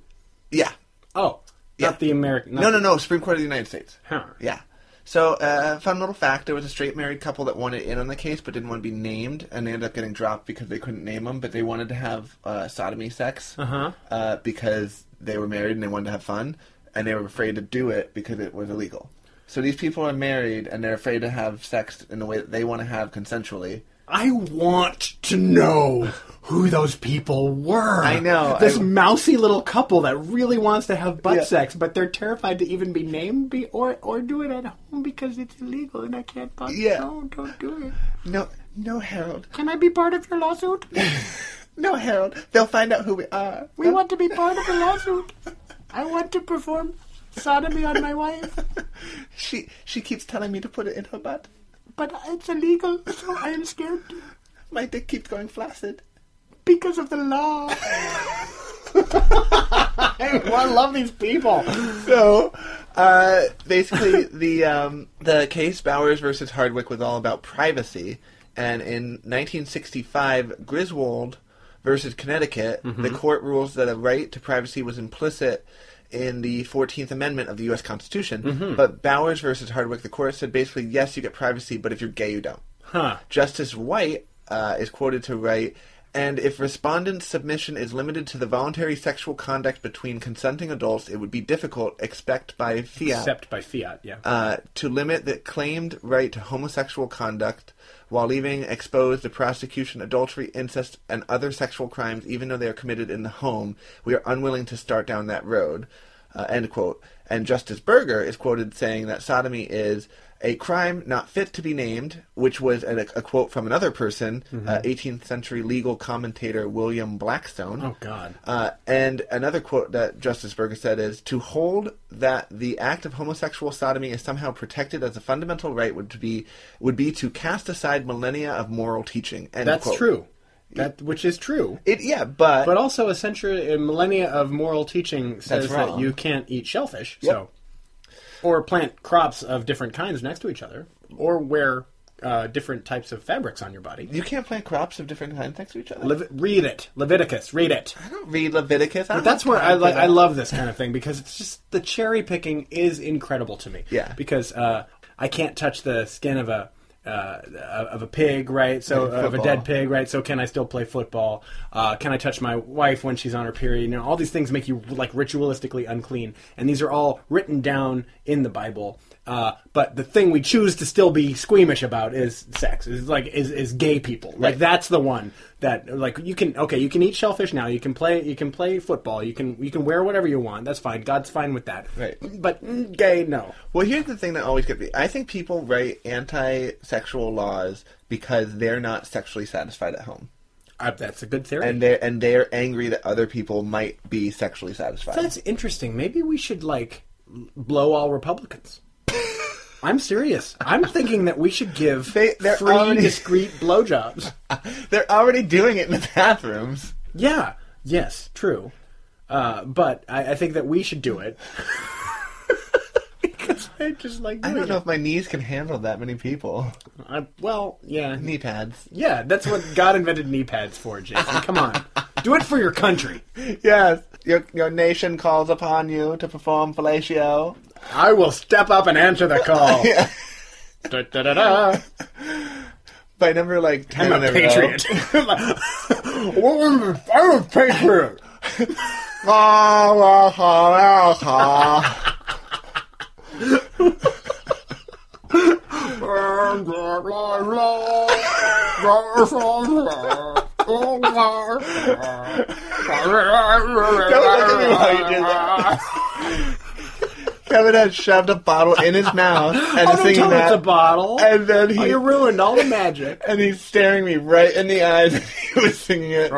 yeah.
Oh,
Yeah.
not the American.
No, no, no. Supreme Court of the United States.
Huh.
Yeah. So, uh, fun little fact: there was a straight married couple that wanted in on the case, but didn't want to be named, and they ended up getting dropped because they couldn't name them. But they wanted to have uh, sodomy sex
Uh-huh.
uh, because they were married and they wanted to have fun, and they were afraid to do it because it was illegal. So these people are married and they're afraid to have sex in the way that they want to have consensually.
I want to know who those people were.
I know,
This
I-
mousy little couple that really wants to have butt
Yeah.
sex, but they're terrified to even be named be, or, or do it at home because it's illegal and I can't fuck.
Yeah.
No, don't do it.
No, no, Harold.
Can I be part of your lawsuit?
No, Harold. They'll find out who we are.
We want to be part of the lawsuit. I want to perform sodomy on my wife,
She she keeps telling me to put it in her butt.
but it's illegal, so I am scared
My dick keeps going flaccid.
because of the law. I love these people.
So, uh, basically, the um, the case Bowers versus Hardwick was all about privacy, and in 1965, Griswold versus Connecticut,
Mm-hmm.
the court rules that a right to privacy was implicit in the 14th Amendment of the U.S. Constitution.
Mm-hmm.
But Bowers versus Hardwick, the court said basically, yes, you get privacy, but if you're gay, you don't.
Huh.
Justice White uh, is quoted to write, and if respondent's submission is limited to the voluntary sexual conduct between consenting adults, it would be difficult, expect by fiat,
Except by fiat, yeah.
uh, to limit the claimed right to homosexual conduct while leaving exposed to prosecution, adultery, incest, and other sexual crimes, even though they are committed in the home. We are unwilling to start down that road. Uh, end quote. And Justice Berger is quoted saying that sodomy is a crime not fit to be named, which was a, a quote from another person,
Mm-hmm.
uh, 18th century legal commentator William Blackstone.
Oh, God.
Uh, and another quote that Justice Berger said is to hold that the act of homosexual sodomy is somehow protected as a fundamental right would be would be to cast aside millennia of moral teaching. End
That's
quote.
true. That which is true.
It yeah, but,
But also a century a millennia of moral teaching says
That's
that
wrong.
you can't eat shellfish,
Yep.
so or plant crops of different kinds next to each other, or wear uh, different types of fabrics on your body.
you can't plant crops of different kinds next to each other.
Levi- read it, Leviticus. Read it.
I don't read Leviticus. I don't
That's
have
where I
time for
like.
that.
I love this kind of thing because it's just the cherry picking is incredible to me.
Yeah.
Because uh, I can't touch the skin of a uh, of a pig, right? So
Yeah,
of a
football.
dead pig, right? So can I still play football? Uh, can I touch my wife when she's on her period? You know, all these things make you like ritualistically unclean, and these are all written down in the Bible. Uh, but the thing we choose to still be squeamish about is sex. Is like is, is gay people. Like
Right.
that's the one that like you can okay you can eat shellfish now. You can play you can play football. You can you can wear whatever you want. That's fine. God's fine with that.
Right.
But mm, gay no.
Well, here's the thing that always gets me. I think people write anti-sexual laws because they're not sexually satisfied at home,
Uh, that's a good theory.
and they're and they're angry that other people might be sexually satisfied.
That's interesting. Maybe we should like blow all Republicans. I'm serious. I'm thinking that we should give
They- they're
free
already-
discreet blowjobs.
They're already doing it in the bathrooms.
Yeah. Yes. True. Uh, but I, I think that we should do it because I just like.
I
doing
don't know
it.
if my knees can handle that many people.
I, well, yeah.
Knee pads.
Yeah, that's what God invented knee pads for, Jason. Come on. Do it for your country.
Yes, your your nation calls upon you to perform fellatio.
I will step up and answer the call. Da, da, da, da.
By number like 10
I'm
in
a
a row.
patriot. I'm a patriot.
Ah, la, ha, la, ha. Don't look at me while you do that. Kevin had shoved a bottle in his mouth and
Oh,
is
don't
singing
tell me it's
that.
a bottle.
and then
Oh,
he
you ruined all the magic.
and he's staring me right in the eyes. And he was singing it.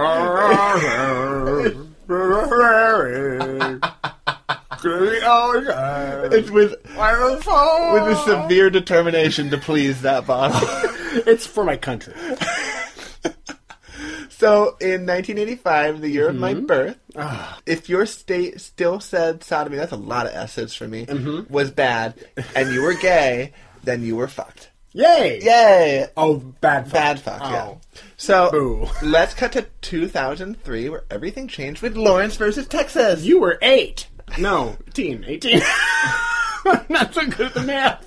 It's with with a severe determination to please that bottle.
It's for my country.
so, in 1985, the year of my
Mm-hmm.
birth,
Ah.
if your state still said sodomy, that's a lot of S's for me,
Mm-hmm.
was bad, and you were gay, then you were fucked.
Yay!
Yay!
Oh, bad fuck.
Bad fuck,
Oh.
yeah. So
Boo.
let's cut to 2003, where everything changed with Lawrence versus Texas.
You were eight. No, teen. Eighteen. I'm not so good at the math.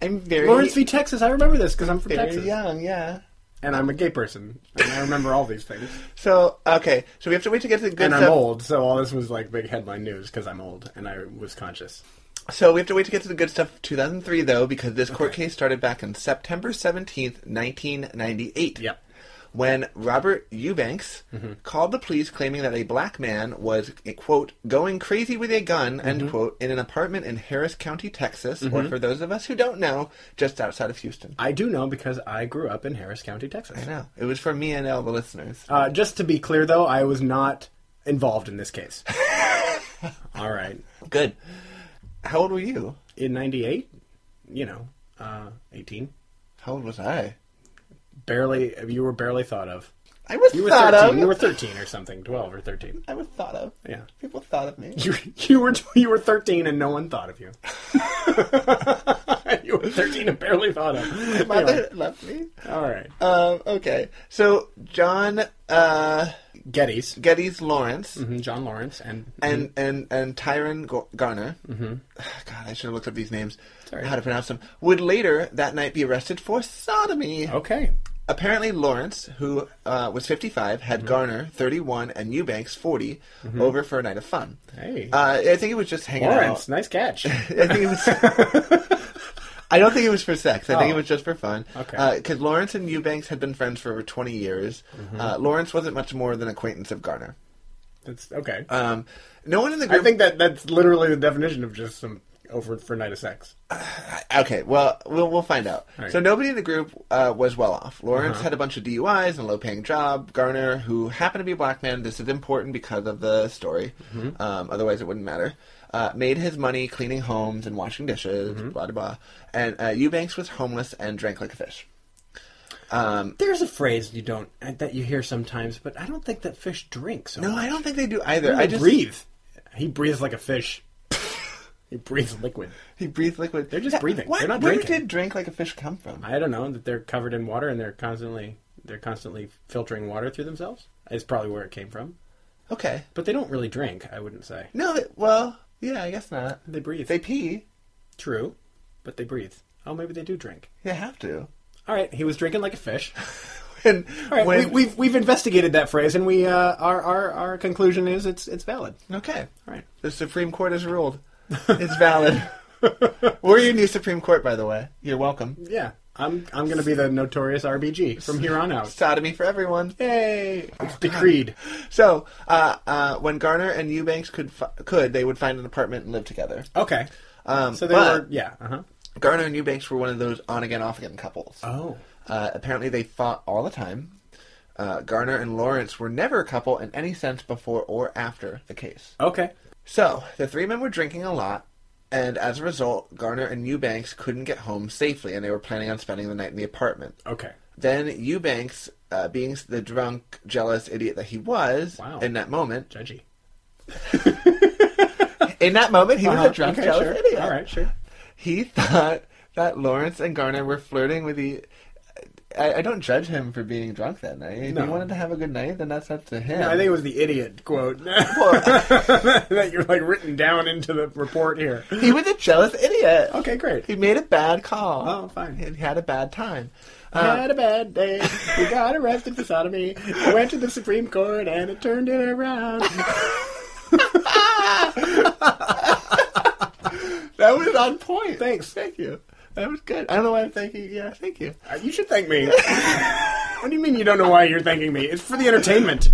I'm very
Lawrence v. Texas. I remember this because I'm from
very
Texas,
young, yeah.
and I'm a gay person, and I remember all these things.
So okay, so we have to wait to get to the good
and I'm
stuff.
old, so all this was like big headline news because I'm old and I was conscious.
So we have to wait to get to the good stuff. 2003 though, because this court case started back on September 17th, 1998.
Yep. Mm-hmm.
When Robert Eubanks called the police claiming that a black man was, eh, quote, going crazy with a gun,
Mm-hmm.
end quote, in an apartment in Harris County, Texas, or for those of us who don't know, just outside of Houston.
I do know because I grew up in Harris County, Texas.
I know. It was for me and all the listeners.
Uh, just to be clear, though, I was not involved in this case. All right.
Good. How old were you?
In 98, you know, uh, 18.
How old was I?
Barely, you were barely thought of.
I was
You were
thought
13.
of.
You were 13 or something, 12 or 13.
I was thought of.
Yeah.
People thought of me.
You, you were you were 13 and no one thought of you. you were 13 and barely thought of.
Mother
Anyway,
left me.
all right.
Um, okay. So John uh,
Gettys.
Geddes Lawrence
Mhm, John Lawrence and
and, and and Tyron Go- Garner. Mm-hmm. God, I should have looked up these names.
Sorry.
How to pronounce them? Would later that night be arrested for sodomy.
okay.
Apparently, Lawrence, who uh, was 55, had
Mm-hmm.
Garner 31 and Eubanks 40 over for a night of fun.
Hey.
Uh, I think it was just hanging
Lawrence,
out.
nice catch.
I think it was. I don't think it was for sex. I think
Oh.
it was just for fun.
Okay.
Because Lawrence and Eubanks had been friends for over 20 years.
Mm-hmm.
Uh, Lawrence wasn't much more than acquaintance of Garner.
That's okay.
Um, no one in the
I
group.
think that that's literally the definition of just some over for night of sex.
Okay, well, we'll, we'll find out.
All right. Uh-huh.
So nobody in the group uh, was well off. Lawrence had a bunch of DUIs and a low-paying job. Garner, who happened to be a black man, this is important because of the story.
Mm-hmm.
Um, otherwise, it wouldn't matter. Uh, made his money cleaning homes and washing dishes,
Mm-hmm.
blah blah blah. And uh, Eubanks was homeless and drank like a fish. Um,
There's a phrase you don't that you hear sometimes, but I don't think that fish drinks.
no, I don't think they do either.
I
I just
breathe. He breathes like a fish. he breathes liquid.
He breathed liquid.
They're just breathing.
What,
They're not
where
drinking.
did drink like a fish come from?
I don't know that they're covered in water and they're constantly they're constantly filtering water through themselves. Is probably where it came from.
Okay.
But they don't really drink. I wouldn't say
No. it- Well, yeah, I guess not.
they breathe.
They pee.
True, but they breathe. Oh, maybe they do drink.
They have to.
All right, he was drinking like a fish.
And
All right,
when-
we, we've we've investigated that phrase, and we uh, our, our our conclusion is it's it's valid.
okay,
All right.
the Supreme Court has ruled. It's valid. We're your new Supreme Court, by the way. You're welcome.
Yeah, I'm I'm gonna be the notorious RBG from here on out.
Sodomy for everyone.
Yay! It's decreed.
So, uh, uh, when Garner and Eubanks could fi- could, they would find an apartment and live together.
Okay.
Um,
So they
but
were yeah. Uh huh.
Garner and Eubanks were one of those on again, off again couples.
Oh.
Uh, apparently, they fought all the time. Uh, Garner and Lawrence were never a couple in any sense before or after the case.
Okay.
So, the three men were drinking a lot, and as a result, Garner and Eubanks couldn't get home safely, and they were planning on spending the night in the apartment.
Okay.
Then Eubanks, uh, being the drunk, jealous idiot that he was
Wow.
in that moment,
Judgy.
in that moment, he was a drunk,
Uh-huh. okay,
jealous
sure.
idiot.
All right, sure.
He thought that Lawrence and Garner were flirting with the. I, I don't judge him for being drunk that night. If
No.
he wanted to have a good night, then that's up to him.
I think it was the idiot quote that you're like written down into the report here.
he was a jealous idiot.
Okay, great.
He made a bad call.
Oh, fine.
He had a bad time.
I
Um,
had a bad day. We got arrested for sodomy. I went to the Supreme Court and it turned it around.
That was on point.
Thanks.
Thank you. That was good. I don't know why I'm thanking you. Yeah, thank you.
Uh, You should thank me. what do you mean you don't know why you're thanking me? It's for the entertainment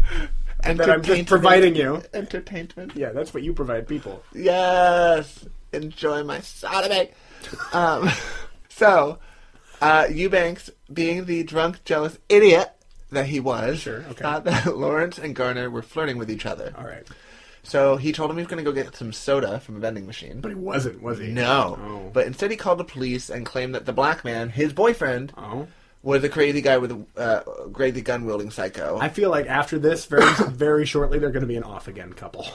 And
that I'm just providing you.
Entertainment.
Yeah, that's what you provide people.
Yes. Enjoy my sodomy. um, so, uh, Eubanks, being the drunk, jealous idiot that he was,
Sure, okay.
thought that Lawrence and Garner were flirting with each other.
All right.
So he told him he was going to go get some soda from a vending machine.
But he wasn't, was he?
No.
Oh.
But instead, he called the police and claimed that the black man, his boyfriend,
Oh.
was a crazy guy with a uh, crazy gun wielding psycho.
I feel like after this, very very shortly, they're going to be an off again couple.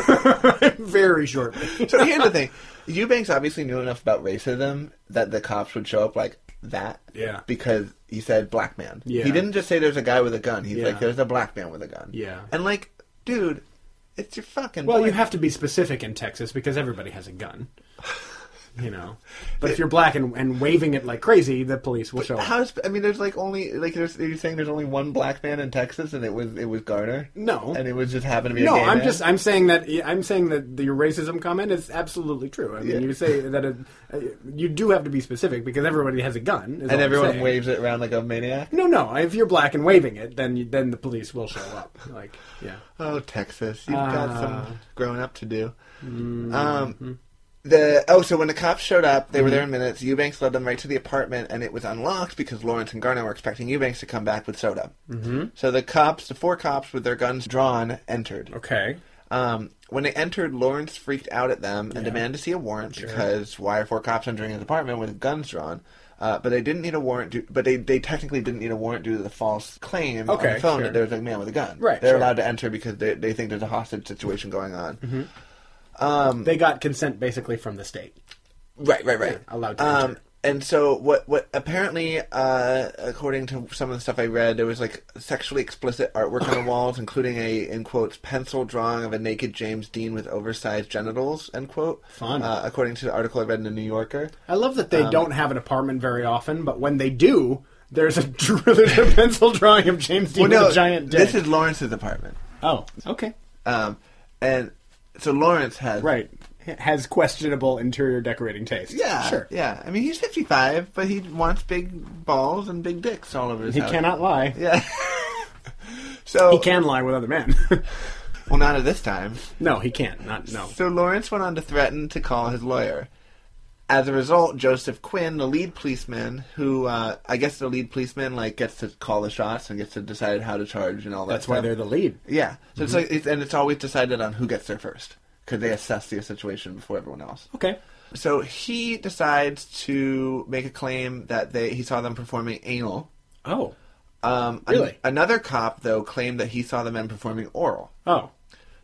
very shortly.
so here's the thing: Eubanks obviously knew enough about racism that the cops would show up like that.
Yeah.
Because he said black man.
Yeah.
He didn't just say there's a guy with a gun. He's
Yeah.
like there's a black man with a gun.
Yeah.
And like, dude, it's your fucking.
Well, you
boy-
have to be specific in Texas because everybody has a gun. you know. But if you're black and, and waving it like crazy, the police will show up.
How's I mean? There's like only like there's you're saying there's only one black man in Texas, and it was it was Garner.
No.
and it was just happened to be.
No,
a gay
I'm
man?
just I'm saying that I'm saying that the, your racism comment is absolutely true. I mean,
Yeah.
you say that it, you do have to be specific because everybody has a gun, is all I'm
and everyone
saying.
waves it around like a maniac.
No, no. If you're black and waving it, then you, then the police will show up. Like, yeah.
Oh, Texas, you've
Ah.
got some growing up to do. Um, the oh, so when the cops showed up, they were there in minutes. Eubanks led them right to the apartment, and it was unlocked because Lawrence and Garner were expecting Eubanks to come back with soda. Mm-hmm. So the cops, the four cops with their guns drawn, entered.
Okay.
Um, when they entered, Lawrence freaked out at them and demanded to see a warrant because why are four cops entering his apartment with guns drawn? Uh, but they didn't need a warrant. Due, but they, they technically didn't need a warrant due to the false claim on
Okay,
the phone
sure.
that there was a man with a gun.
Right,
They're
sure.
allowed to enter because they, they think there's a hostage situation going on.
Mm-hmm. They got consent basically from the state.
Right, right, right.
Yeah, allowed to
um,
enter.
and so what? What apparently, uh, according to some of the stuff I read, there was like sexually explicit artwork on the walls, including a in quotes pencil drawing of a naked James Dean with oversized genitals. End quote.
Fun.
Uh, according to the article I read in the New Yorker.
I love that they don't have an apartment very often, but when they do, there's a there's a pencil drawing of James Dean with a giant dick.
this is Lawrence's apartment,
oh, okay,
um, and so Lawrence has
right. H- Has questionable interior decorating taste.
Yeah,
sure.
Yeah, I mean he's fifty five, but he wants big balls and big dicks all over his.
He
house.
cannot lie.
Yeah. so
He can lie with other men.
Well, not at this time.
no, he can't. Not no.
So Lawrence went on to threaten to call his lawyer. As a result, Joseph Quinn, the lead policeman, who uh, I guess the lead policeman like gets to call the shots and gets to decide how to charge and all that.
That's why
stuff.
they're Mhm. the lead.
yeah. So it's like it's, and it's always decided on who gets there first because they assess the situation before everyone else.
Okay.
So he decides to make a claim that they he saw them performing anal.
Oh.
Um,
Really?
an- another cop though claimed that he saw the men performing oral.
Oh.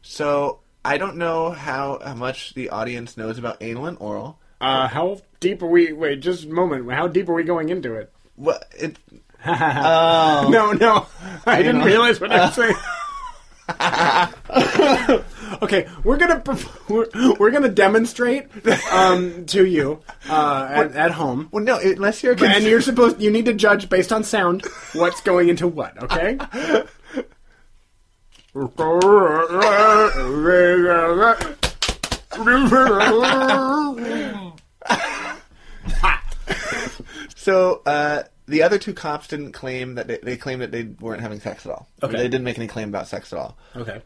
So I don't know how, how much the audience knows about anal and oral.
Uh, how deep are we? Wait, just a moment. How deep are we going into it?
What it?
No, no. I didn't realize what I was saying. okay, we're gonna perf- we're, we're gonna demonstrate um, to you uh, at, at home,
Well, no, it- unless you're a
and
cons-
you're supposed you need to judge based on sound what's going into what. Okay.
so uh, the other two cops didn't claim that they, they claimed that they weren't having sex at all.
Okay.
they didn't make any claim about sex at all.
okay.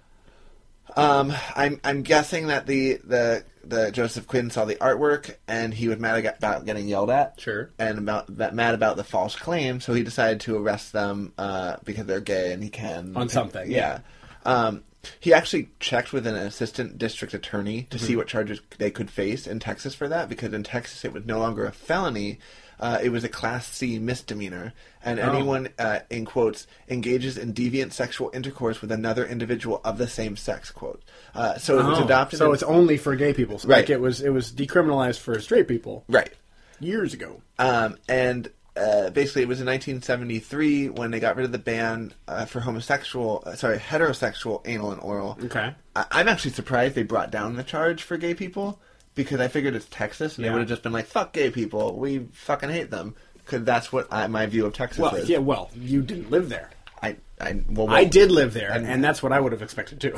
Um, I'm I'm guessing that the the the Joseph Quinn saw the artwork and he was mad ag- about getting yelled at.
Sure.
And about that mad about the false claim, so he decided to arrest them uh, because they're gay and he can
On something,
Yeah. Um, he actually checked with an assistant district attorney to
Mm-hmm.
see what charges they could face in Texas for that because in Texas it was no longer a felony. Uh, it was a Class C misdemeanor, and
Oh.
anyone uh, in quotes engages in deviant sexual intercourse with another individual of the same sex. Quote. Uh, so it was
Oh,
adopted.
so
in-
it's only for gay people. So, Like
Right.
it was it was decriminalized for straight people
right.
years ago.
Um, and uh, basically, it was in 1973 when they got rid of the ban uh, for homosexual, uh, sorry, heterosexual anal and oral.
Okay.
I- I'm actually surprised they brought down the charge for gay people because I figured it's Texas and
Yeah.
they would have just been like, "Fuck gay people, we fucking hate them," because that's what I, my view of Texas
Well,
is.
yeah. Well, you didn't live there.
I, I, well,
I
well,
did live there, and that's what I would have expected too.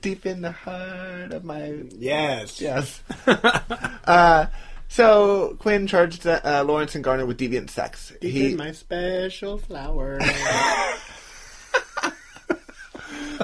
deep in the heart of my
yes.
Yes. uh, so Quinn charged uh, Lawrence and Garner with deviant sex. He
my special flower.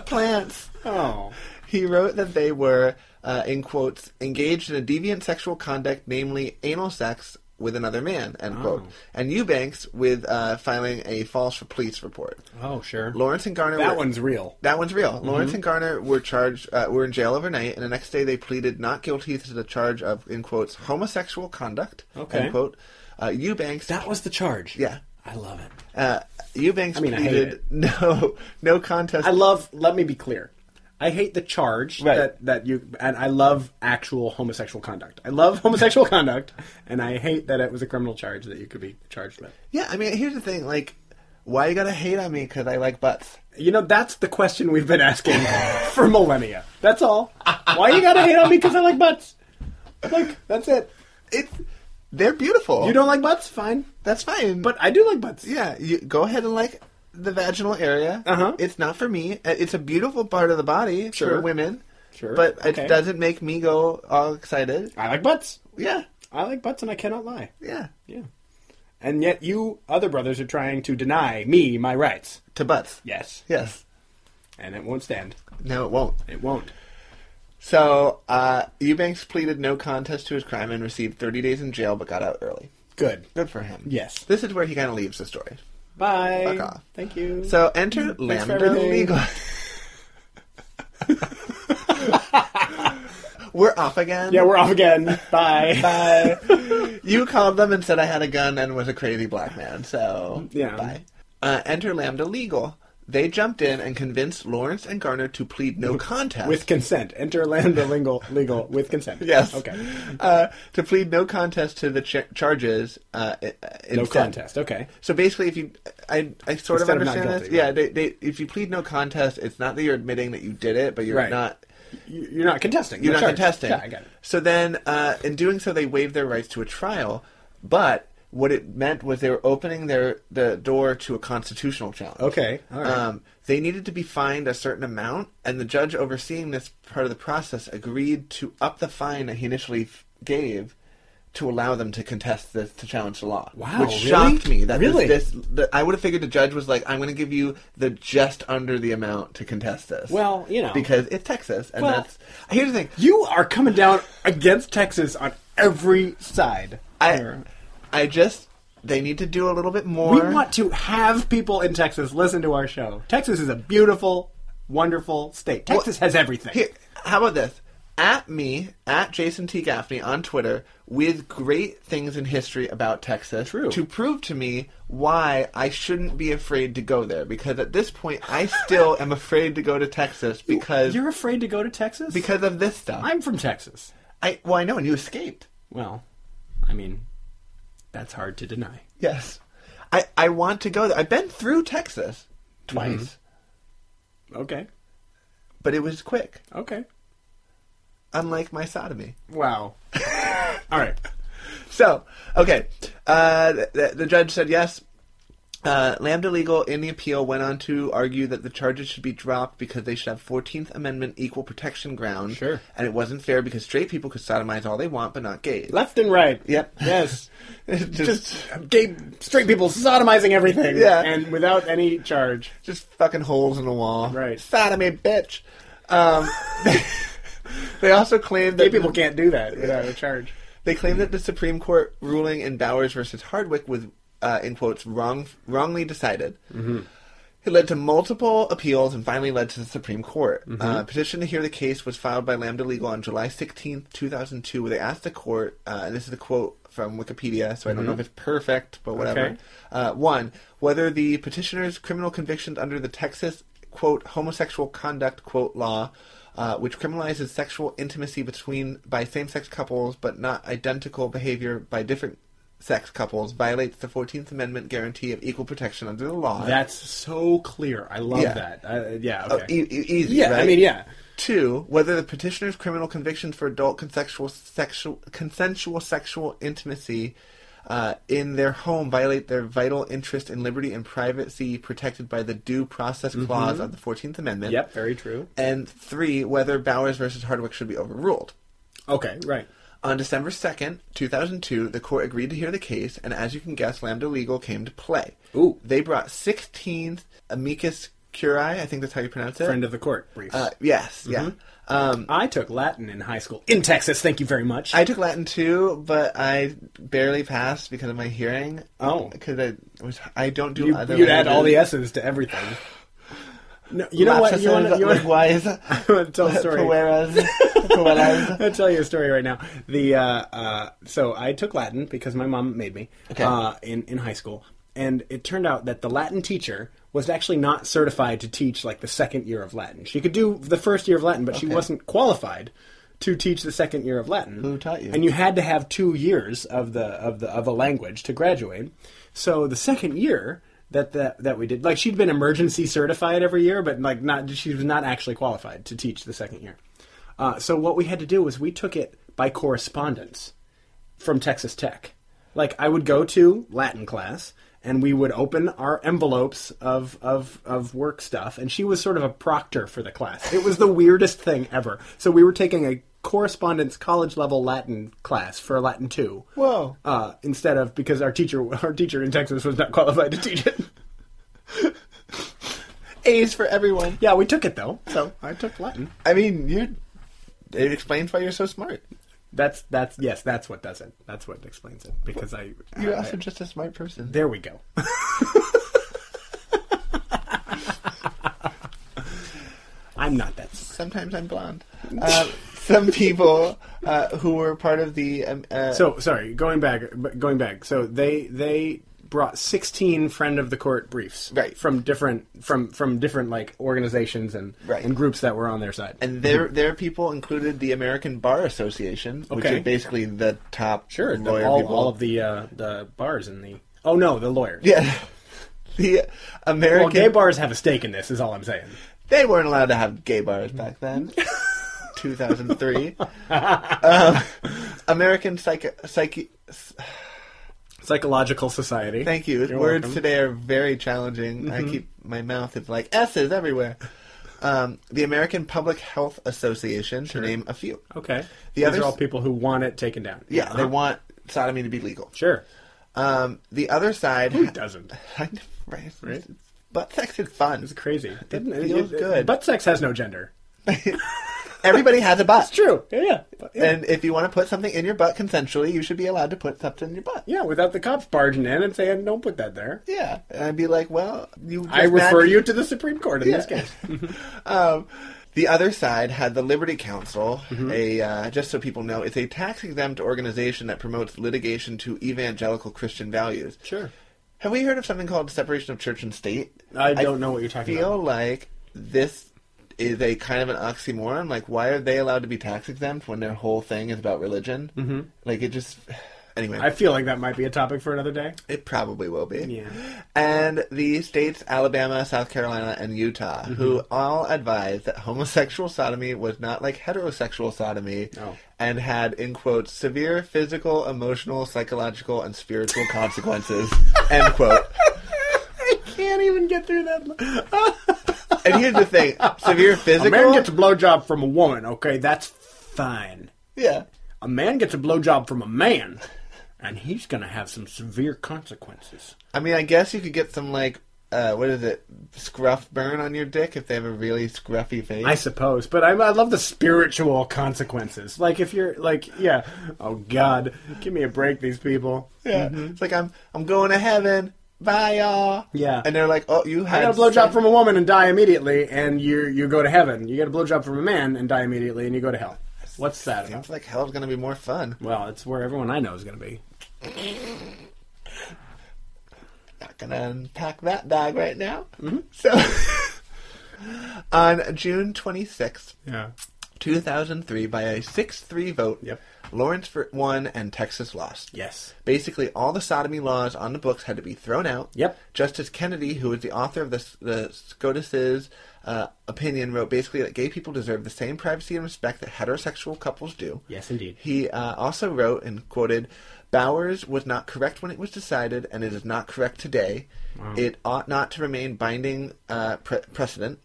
plants.
oh.
He wrote that they were, uh, in quotes, engaged in a deviant sexual conduct, namely anal sex with another man, end
Oh.
quote. And Eubanks with uh, filing a false police report.
Oh, sure.
Lawrence and Garner.
that
were,
one's Mm-hmm. real.
That one's real. Lawrence and Garner were charged, uh, were in jail overnight, and the next day they pleaded not guilty to the charge of, in quotes, homosexual conduct,
Okay.
end quote. Uh, Eubanks.
That was the charge.
Yeah.
I love it.
Uh, Eubanks
I mean, I hate
pleaded
it.
no, no contest.
I love. Let me be clear. I hate the charge
Right.
that, that you and I love actual homosexual conduct. I love homosexual conduct, and I hate that it was a criminal charge that you could be charged with.
yeah, I mean, here's the thing, like, why you gotta hate on me because I like butts?
You know, that's the question we've been asking for millennia. That's all. Why you gotta hate on me because I like butts? Look, that's it.
It's they're beautiful.
You don't like butts? Fine.
That's fine.
But I do like butts.
yeah, you go ahead and like the vaginal area.
Uh-huh.
It's not for me. Uh, It's a beautiful part of the body
Sure.
for women.
Sure.
But
Okay.
it doesn't make me go all excited.
I like butts.
Yeah.
I like butts and I cannot lie.
Yeah.
Yeah. And yet you other brothers are trying to deny me my rights.
To butts.
Yes.
Yes.
And it won't stand.
No, it won't.
It won't.
So, uh, Eubanks pleaded no contest to his crime and received 30 days in jail, but got out early.
Good.
Good for him.
Yes.
This is where he kind of leaves the story.
Bye.
Fuck off.
Thank you.
So, enter
for
Lambda
everything.
Legal. we're off again.
yeah, we're off again. Bye.
Bye. you called them and said I had a gun and was a crazy black man, so
Yeah.
bye. Uh, enter Lambda Legal. They jumped in and convinced Lawrence and Garner to plead no contest.
With consent. Enter Lambda Lingle legal with consent.
yes.
Okay.
Uh, to plead no contest to the ch- charges. Uh, i- uh,
No
instead.
contest. Okay.
So basically, if you, I, I
Instead
sort of
of not
understand this.
guilty,
Yeah,
right.
they, they, if you plead no contest, it's not that you're admitting that you did it, but you're
Right.
not,
You- You're not contesting.
you're
No
not
charges.
contesting.
Yeah, I got it.
So then, uh, in doing so, they waived their rights to a trial. But what it meant was they were opening their the door to a constitutional challenge.
Okay. All right.
Um, they needed to be fined a certain amount, and the judge overseeing this part of the process agreed to up the fine that he initially f- gave to allow them to contest this to challenge the law.
Wow,
which
really?
shocked me. That
Really?
this, this that I would have figured the judge was like, "I'm going to give you the just under the amount to contest this."
Well, you know.
because it's Texas, and
Well-
that's here's the thing.
you are coming down against Texas on every side.
I, I just they need to do a little bit more.
We want to have people in Texas listen to our show. Texas is a beautiful, wonderful state. Texas has everything.
Here, how about this? At me, at Jason T. Gaffney on Twitter, with great things in history about Texas
True.
to prove to me why I shouldn't be afraid to go there. Because at this point, I still am afraid to go to Texas because
You're afraid to go to Texas?
because of this stuff.
I'm from Texas.
I well, I know, and you escaped.
Well, I mean, that's hard to deny.
Yes, I I want to go there. I've been through Texas twice,
Mm-hmm. Okay.
but it was quick,
Okay.
unlike my sodomy.
Wow. All right.
So, okay, uh, the, the judge said yes. Uh, Lambda Legal in the appeal went on to argue that the charges should be dropped because they should have 14th Amendment equal protection ground.
Sure.
And it wasn't fair because straight people could sodomize all they want but not gays.
Left and right.
Yep.
Yes.
Just, just,
Gay, straight people sodomizing everything.
Yeah.
And without any charge.
fucking holes in the wall.
Right.
Sodomy, bitch. Um, they also claimed that
Gay people can't do that without a charge.
They claim that the Supreme Court ruling in Bowers versus Hardwick was, uh, in quotes, wrong, wrongly decided. Mm-hmm. It led to multiple appeals and finally led to the Supreme Court. Uh, petition to hear the case was filed by Lambda Legal on July 16, 2002, where they asked the court, uh, and this is a quote from Wikipedia, so I don't know if it's perfect, but whatever.
Okay.
Uh, one, whether the petitioner's criminal convictions under the Texas, quote, homosexual conduct, quote, law, uh, which criminalizes sexual intimacy between by same sex couples but not identical behavior by different sex couples, violates the 14th Amendment guarantee of equal protection under the law.
That's so clear. I love
Yeah.
that. Uh, yeah.
Oh,
Okay.
e- e- easy,
yeah. I
right?
mean, yeah.
Two, whether the petitioner's criminal convictions for adult consensual sexual, consensual sexual intimacy uh, in their home violate their vital interest in liberty and privacy protected by the Due Process Clause of the 14th Amendment.
Mm-hmm. Yep. Very true.
And three, whether Bowers versus Hardwick should be overruled.
Okay. Right.
On December 2nd, 2002, the court agreed to hear the case, and as you can guess, Lambda Legal came to play.
Ooh.
They brought 16th amicus curiae, I think that's how you pronounce it.
Friend Mm-hmm. of the court. Brief.
Uh, yes, yeah. Um,
I took Latin in high school in Texas. Thank you very much.
I took Latin too, but I barely passed because of my hearing.
Oh.
because I was I don't do
you,
other.
would add all the
languages.
S's to everything. No, you know what? You want to you
Lapses,
wanna,
likewise,
I wanna tell a story.
pueras, pueras.
I'll tell you a story right now. The uh, uh, so I took Latin because my mom made me
Okay.
uh, in in high school, and it turned out that the Latin teacher was actually not certified to teach like the second year of Latin. She could do the first year of Latin, but she
Okay.
wasn't qualified to teach the second year of Latin.
Who taught you?
And you had to have two years of the of the of a language to graduate. So the second year. That, that that we did like she'd been emergency certified every year but like not she was not actually qualified to teach the second year uh, so what we had to do was we took it by correspondence from Texas Tech. Like I would go to Latin class and we would open our envelopes of, of of work stuff and she was sort of a proctor for the class. It was the weirdest thing ever. So we were taking a correspondence college level Latin class for Latin 2.
Whoa.
Uh, instead of because our teacher our teacher in Texas was not qualified to teach it.
A's for everyone.
yeah, we took it though. So I took Latin.
I mean, you. It explains why you're so smart.
That's that's yes, that's what does it. That's what explains it because I,
You're
I-
also just a smart person.
There we go. I'm not that smart.
Sometimes I'm blonde. Uh, some people uh, who were part of the um, uh,
So sorry, going back, but going back. So they they brought 16 friend of the court briefs
Right.
from different from from different like organizations and
Right.
and groups that were on their side.
and their their people included the American Bar Association, which
Okay.
is basically the top
sure, the-
lawyer
all,
people.
all of the uh, the bars and the oh no, the lawyers.
yeah, the American
Well, gay bars have a stake in this. Is all I'm saying.
They weren't allowed to have gay bars back then. 2003. um, American psych psyche.
Psychological Society.
Thank you.
You're welcome.
Words
Mm-hmm.
today are very challenging. I keep my mouth is like S's everywhere. Um, the American Public Health Association, to name a few.
Okay.
The
These
others-
are all people who want it taken down.
Yeah, they
Uh-huh.
want sodomy to be legal.
Sure.
Um, the other side,
Who doesn't?
I know, right?
Right?
Butt sex is fun.
It's crazy. Doesn't It
feels good.
Butt sex has no gender.
Everybody has a butt.
True. Yeah. yeah. But- yeah.
And if you want to put something in your butt consensually, you should be allowed to put something in your butt.
Yeah, without the cops barging in and saying, "Don't put that there."
Yeah, and I'd be like, well, you.
I
just
refer
nat-
you to the Supreme Court in this
Yeah.
case.
Um, the other side had the Liberty Council,
Mm-hmm.
a uh, just so people know, it's a tax exempt organization that promotes litigation to evangelical Christian values.
Sure.
Have we heard of something called separation of church and state?
I don't know what you're talking
feel
about.
like this is a kind of an oxymoron. Like, why are they allowed to be tax exempt when their whole thing is about religion? Mm-hmm. Like, it just. Anyway,
I feel like that might be a topic for another day.
it probably will be.
Yeah.
And the states Alabama, South Carolina, and Utah,
Mm-hmm.
who all advised that homosexual sodomy was not like heterosexual sodomy
No.
and had, in quotes, severe physical, emotional, psychological, and spiritual consequences, end quote.
I can't even get through that.
And here's the thing severe
A man
physical.
gets a blowjob from a woman. Okay, that's fine.
yeah.
A man gets a blowjob from a man, and he's going to have some severe consequences.
I mean, I guess you could get some, like, uh, what is it? Scruff burn on your dick if they have a really scruffy face.
I suppose, but I, I love the spiritual consequences. Like if you're like, yeah, oh God, give me a break, these people. Mm-hmm.
Yeah. It's like I'm I'm going to heaven. Bye y'all.
Yeah.
And they're like, Oh, you
I
had
got a blowjob
sex-
from a woman and die immediately, and you you go to heaven. You get a blowjob from a man and die immediately, and you go to hell. What's that
It's
about?
like hell's gonna be more fun.
Well, it's where everyone I know is going to be.
Not gonna unpack that bag right now.
Mm-hmm.
So on June twenty sixth,
Yeah.
two thousand three, by a six three vote,
Yep.
Lawrence fr- won and Texas lost.
Yes.
Basically, all the sodomy laws on the books had to be thrown out.
Yep.
Justice Kennedy, who was the author of the, the SCOTUS's uh, opinion, wrote basically that gay people deserve the same privacy and respect that heterosexual couples do.
Yes, indeed.
He uh, also wrote and quoted Bowers was not correct when it was decided, and it is not correct today. It ought not to remain binding uh, pre- precedent.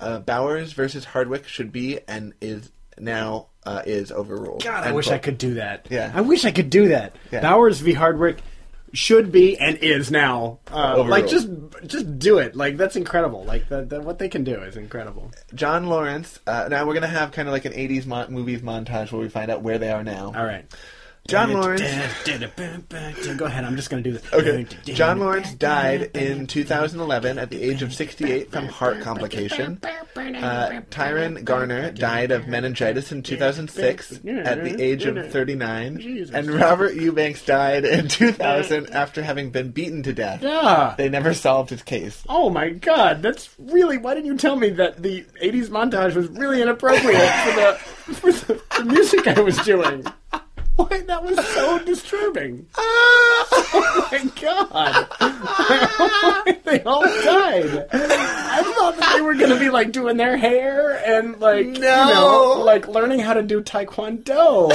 Uh, Bowers versus Hardwick should be and is now uh, is overruled.
God, I
End
wish I
quote.
could do that.
Yeah.
I wish I could do that.
Yeah.
Bowers v. Hardwick should be and is now. Uh,
Overruled.
like just just do it. Like that's incredible. Like the, the, what they can do is incredible.
John Lawrence. Uh, now we're gonna have kind of like an '80s mon- movies montage where we find out where they are now.
All right.
John Lawrence.
Go ahead. I'm just going to do this.
Okay. John Lawrence died in 2011 at the age of 68 from heart complication. Uh, Tyron Garner died of meningitis in 2006 at the age of 39. And Robert Eubanks died in 2000 after having been beaten to death.
Yeah.
They never solved his case.
Oh my god, that's really. Why didn't you tell me that the 80s montage was really inappropriate for the, for the, the music I was doing? Why, that was so disturbing.
Ah!
oh my god! they all died. I thought that they were gonna be like doing their hair and like you know,
No.
like learning how to do taekwondo.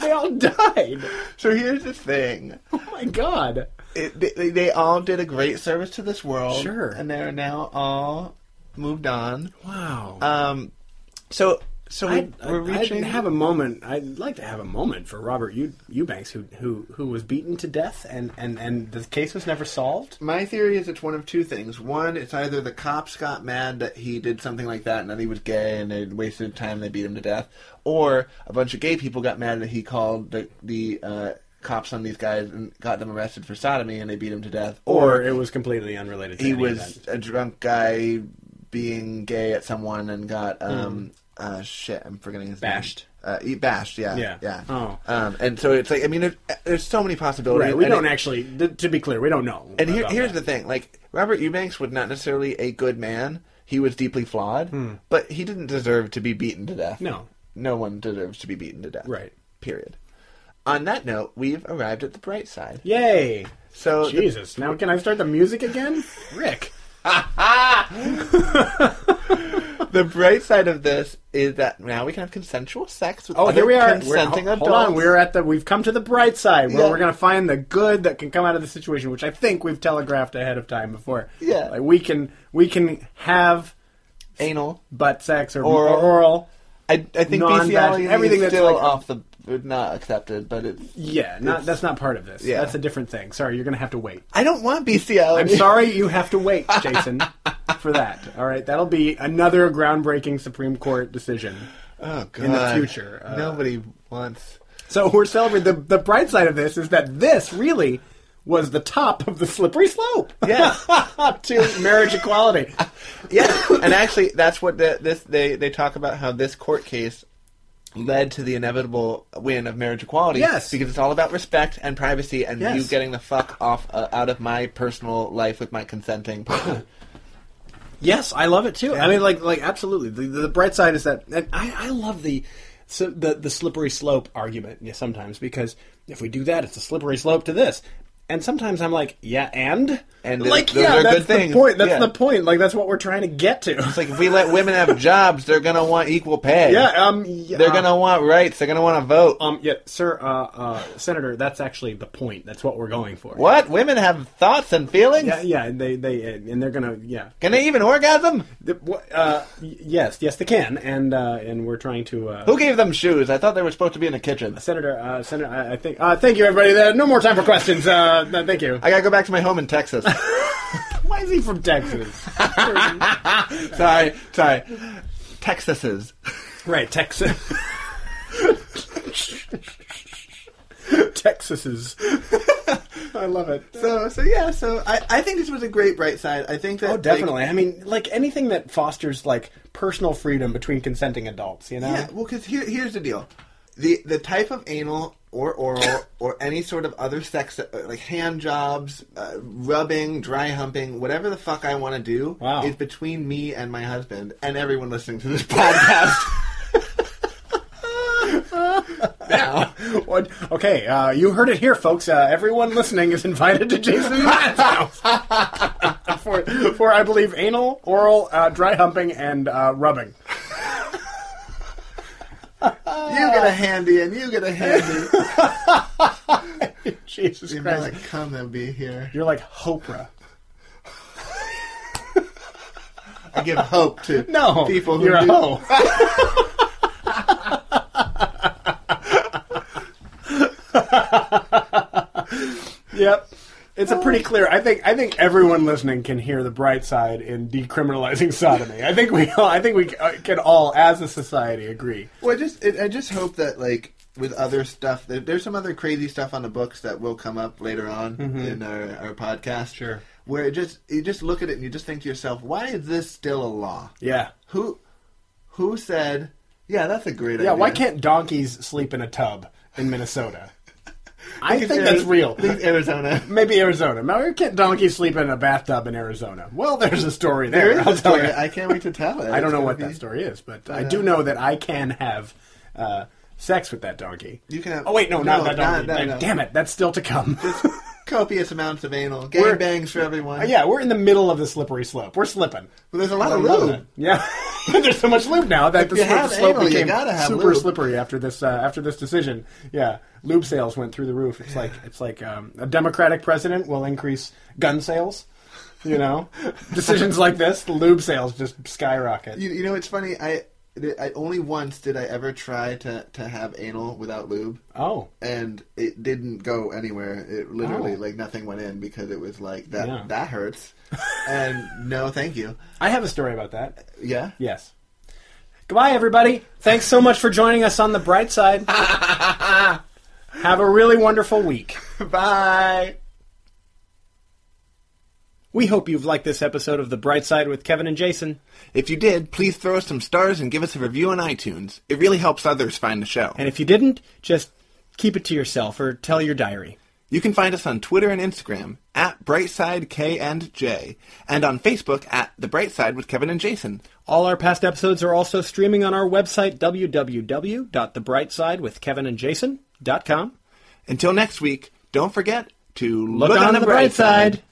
they all died.
So here's the thing.
Oh my god!
It, they, they all did a great service to this world.
Sure.
And they're now all moved on.
Wow.
Um, so so we,
Uh, I, I,
we're reaching.
I'd have a moment. I'd like to have a moment for Robert Eu- Eubanks, who who who was beaten to death, and and and the case was never solved.
My theory is it's one of two things. One, it's either the cops got mad that he did something like that and that he was gay and they wasted time and they beat him to death, or a bunch of gay people got mad that he called the the uh, cops on these guys and got them arrested for sodomy and they beat him to death,
Or
or,
it was completely unrelated. To
he
any
was
event.
a drunk guy being gay at someone and got um uh shit I'm forgetting his
Hmm. Bashed.
name. Uh, he bashed, yeah,
Yeah.
yeah,
Oh.
um, and so it's like I mean, there's, there's so many possibilities.
right. We
and
don't
it-
actually. Th- to be clear, we don't know.
and here,
about
here's
that.
the thing: like Robert Eubanks was not necessarily a good man. He was deeply flawed, but he didn't deserve to be beaten to death.
Hmm. No.
no one deserves to be beaten to death.
Right.
Period. On that note, we've arrived at the bright side.
Yay!
So the-
Jesus. Now can I start the music again? Rick.
the bright side of this is that now we can have consensual sex with
Oh,
other
here we are. We're,
consenting
ho-
adults.
hold on. We're at the. We've come to the bright side where
Yeah.
we're going to find the good that can come out of the situation, which I think we've telegraphed ahead of time before.
Yeah.
Like we can we can have
anal.
butt sex or
Oral.
or oral.
I, I think
Non-bad-
bestiality
everything
is
that's
still
like-
off the not accepted, but it's.
Yeah, not, that's not part of this.
Yeah.
That's a different thing. Sorry, you're going to have to wait.
I don't want bestiality.
I'm sorry you have to wait, Jason, for that. All right, that'll be another groundbreaking Supreme Court decision.
Oh God!
the future, uh,
nobody wants.
So we're celebrating. The, the bright side of this is that this really was the top of the slippery slope.
Yeah.
to marriage equality.
Yeah, and actually, that's what the, this they they talk about how this court case led to the inevitable win of marriage equality.
Yes.
because it's all about respect and privacy, and
Yes.
you getting the fuck off uh, out of my personal life with my consenting. partner.
Yes, I love it too. I mean, like, like absolutely. The, the bright side is that, and I, I love the, so the the slippery slope argument yeah, sometimes because if we do that, it's a slippery slope to this. And sometimes I'm like, yeah, and
And
like,
those
yeah,
are
that's
good
the
things.
point. That's
Yeah.
the point. Like, that's what we're trying to get to.
it's like if we let women have jobs, they're gonna want equal pay.
yeah, um, yeah,
they're gonna want rights. They're gonna want to vote.
um, yeah, sir, uh, uh, Senator, that's actually the point. That's what we're going for.
what women have thoughts and feelings?
Yeah, yeah, and they, they, and they're gonna, yeah,
Can they even orgasm?
The- what- uh, y- yes, yes, they can, and uh, and we're trying to. Uh,
Who gave them shoes? I thought they were supposed to be in the kitchen.
Senator, uh, Senator, I, I think. Uh, thank you, everybody. There, no more time for questions. Uh, no, thank you.
I gotta go back to my home in Texas.
Why is he from Texas?
sorry, sorry. Texases.
right, Texas. Texas is. I love it.
So, so yeah, so I, I think this was a great bright side. I think that
Oh, definitely. I mean, like anything that fosters like personal freedom between consenting adults, you know.
Like, yeah, well, because here, here's the deal: the the type of anal or oral or any sort of other sex, uh, like hand jobs, uh, rubbing, dry humping, whatever the fuck I want to do,
Wow.
is between me and my husband and everyone listening to this podcast.
Now, what? Okay, uh, you heard it here, folks. Uh, everyone listening is invited to Jason Matt's house for, for, I believe, anal, oral, uh, dry humping, and uh, rubbing.
you get a handy, and you get a handy.
Jesus
you
Christ,
might come and be here.
you're like Hopra.
I give hope to
No,
people who
you're a
do.
hoe. yep. It's a
Oh.
pretty clear. I think. I think everyone listening can hear the bright side in decriminalizing sodomy. I think we. All, I think we uh, can all, as a society, agree.
Well, I just it, I just hope that like with other stuff, there, there's some other crazy stuff on the books that will come up later on in our, our podcast.
Mm-hmm. Sure.
Where it just you just look at it and you just think to yourself, why is this still a law?
Yeah.
Who who said? Yeah, that's a great idea.
Yeah. Why can't donkeys sleep in a tub in Minnesota? I think that's
Ari-
real.
I think Arizona.
Maybe Arizona. Why can't donkeys sleep in a bathtub in Arizona? Well, there's a story there.
There is
I'll
a
tell
story.
you.
I can't wait to tell it.
I don't
It's
know
gonna
what
be- uh,
that story is, but I do know that I can have uh, sex with that donkey.
You can have-
Oh wait, no, not
no,
that
not
donkey.
that- no.
Damn it, that's still to come.
copious amounts of anal.
We're-
Gang bangs for everyone.
Uh, yeah, we're in the middle of the slippery slope. We're slipping.
But there's a lot
I
of
love
lube.
that. Yeah, there's so much lube now that
If
the
you
slippery
have
slope
anal, you
became
gotta have
super
lube.
slippery after this uh, after this decision. Yeah, lube sales went through the roof. It's like it's like um, a Democratic president will increase gun sales. You know, decisions like this, the lube sales just skyrocket.
You, you know, it's funny. I, I only once did I ever try to, to have anal without lube,
oh,
and it didn't go anywhere. It literally
Oh.
like nothing went in because it was like that
Yeah.
that hurts, and no, thank you.
I have a story about that.
Yeah,
Yes. Goodbye, everybody. Thanks so much for joining us on the bright side. have a really wonderful week.
bye.
We hope you've liked this episode of The Bright Side with Kevin and Jason.
If you did, please throw us some stars and give us a review on iTunes. It really helps others find the show.
And if you didn't, just keep it to yourself or tell your diary.
You can find us on Twitter and Instagram at Brightside K and J, and on Facebook at The Bright Side with Kevin and Jason.
All our past episodes are also streaming on our website, www.thebrightsidewithkevinandjason.com.
Until next week, don't forget to
Look, on, the, bright, side.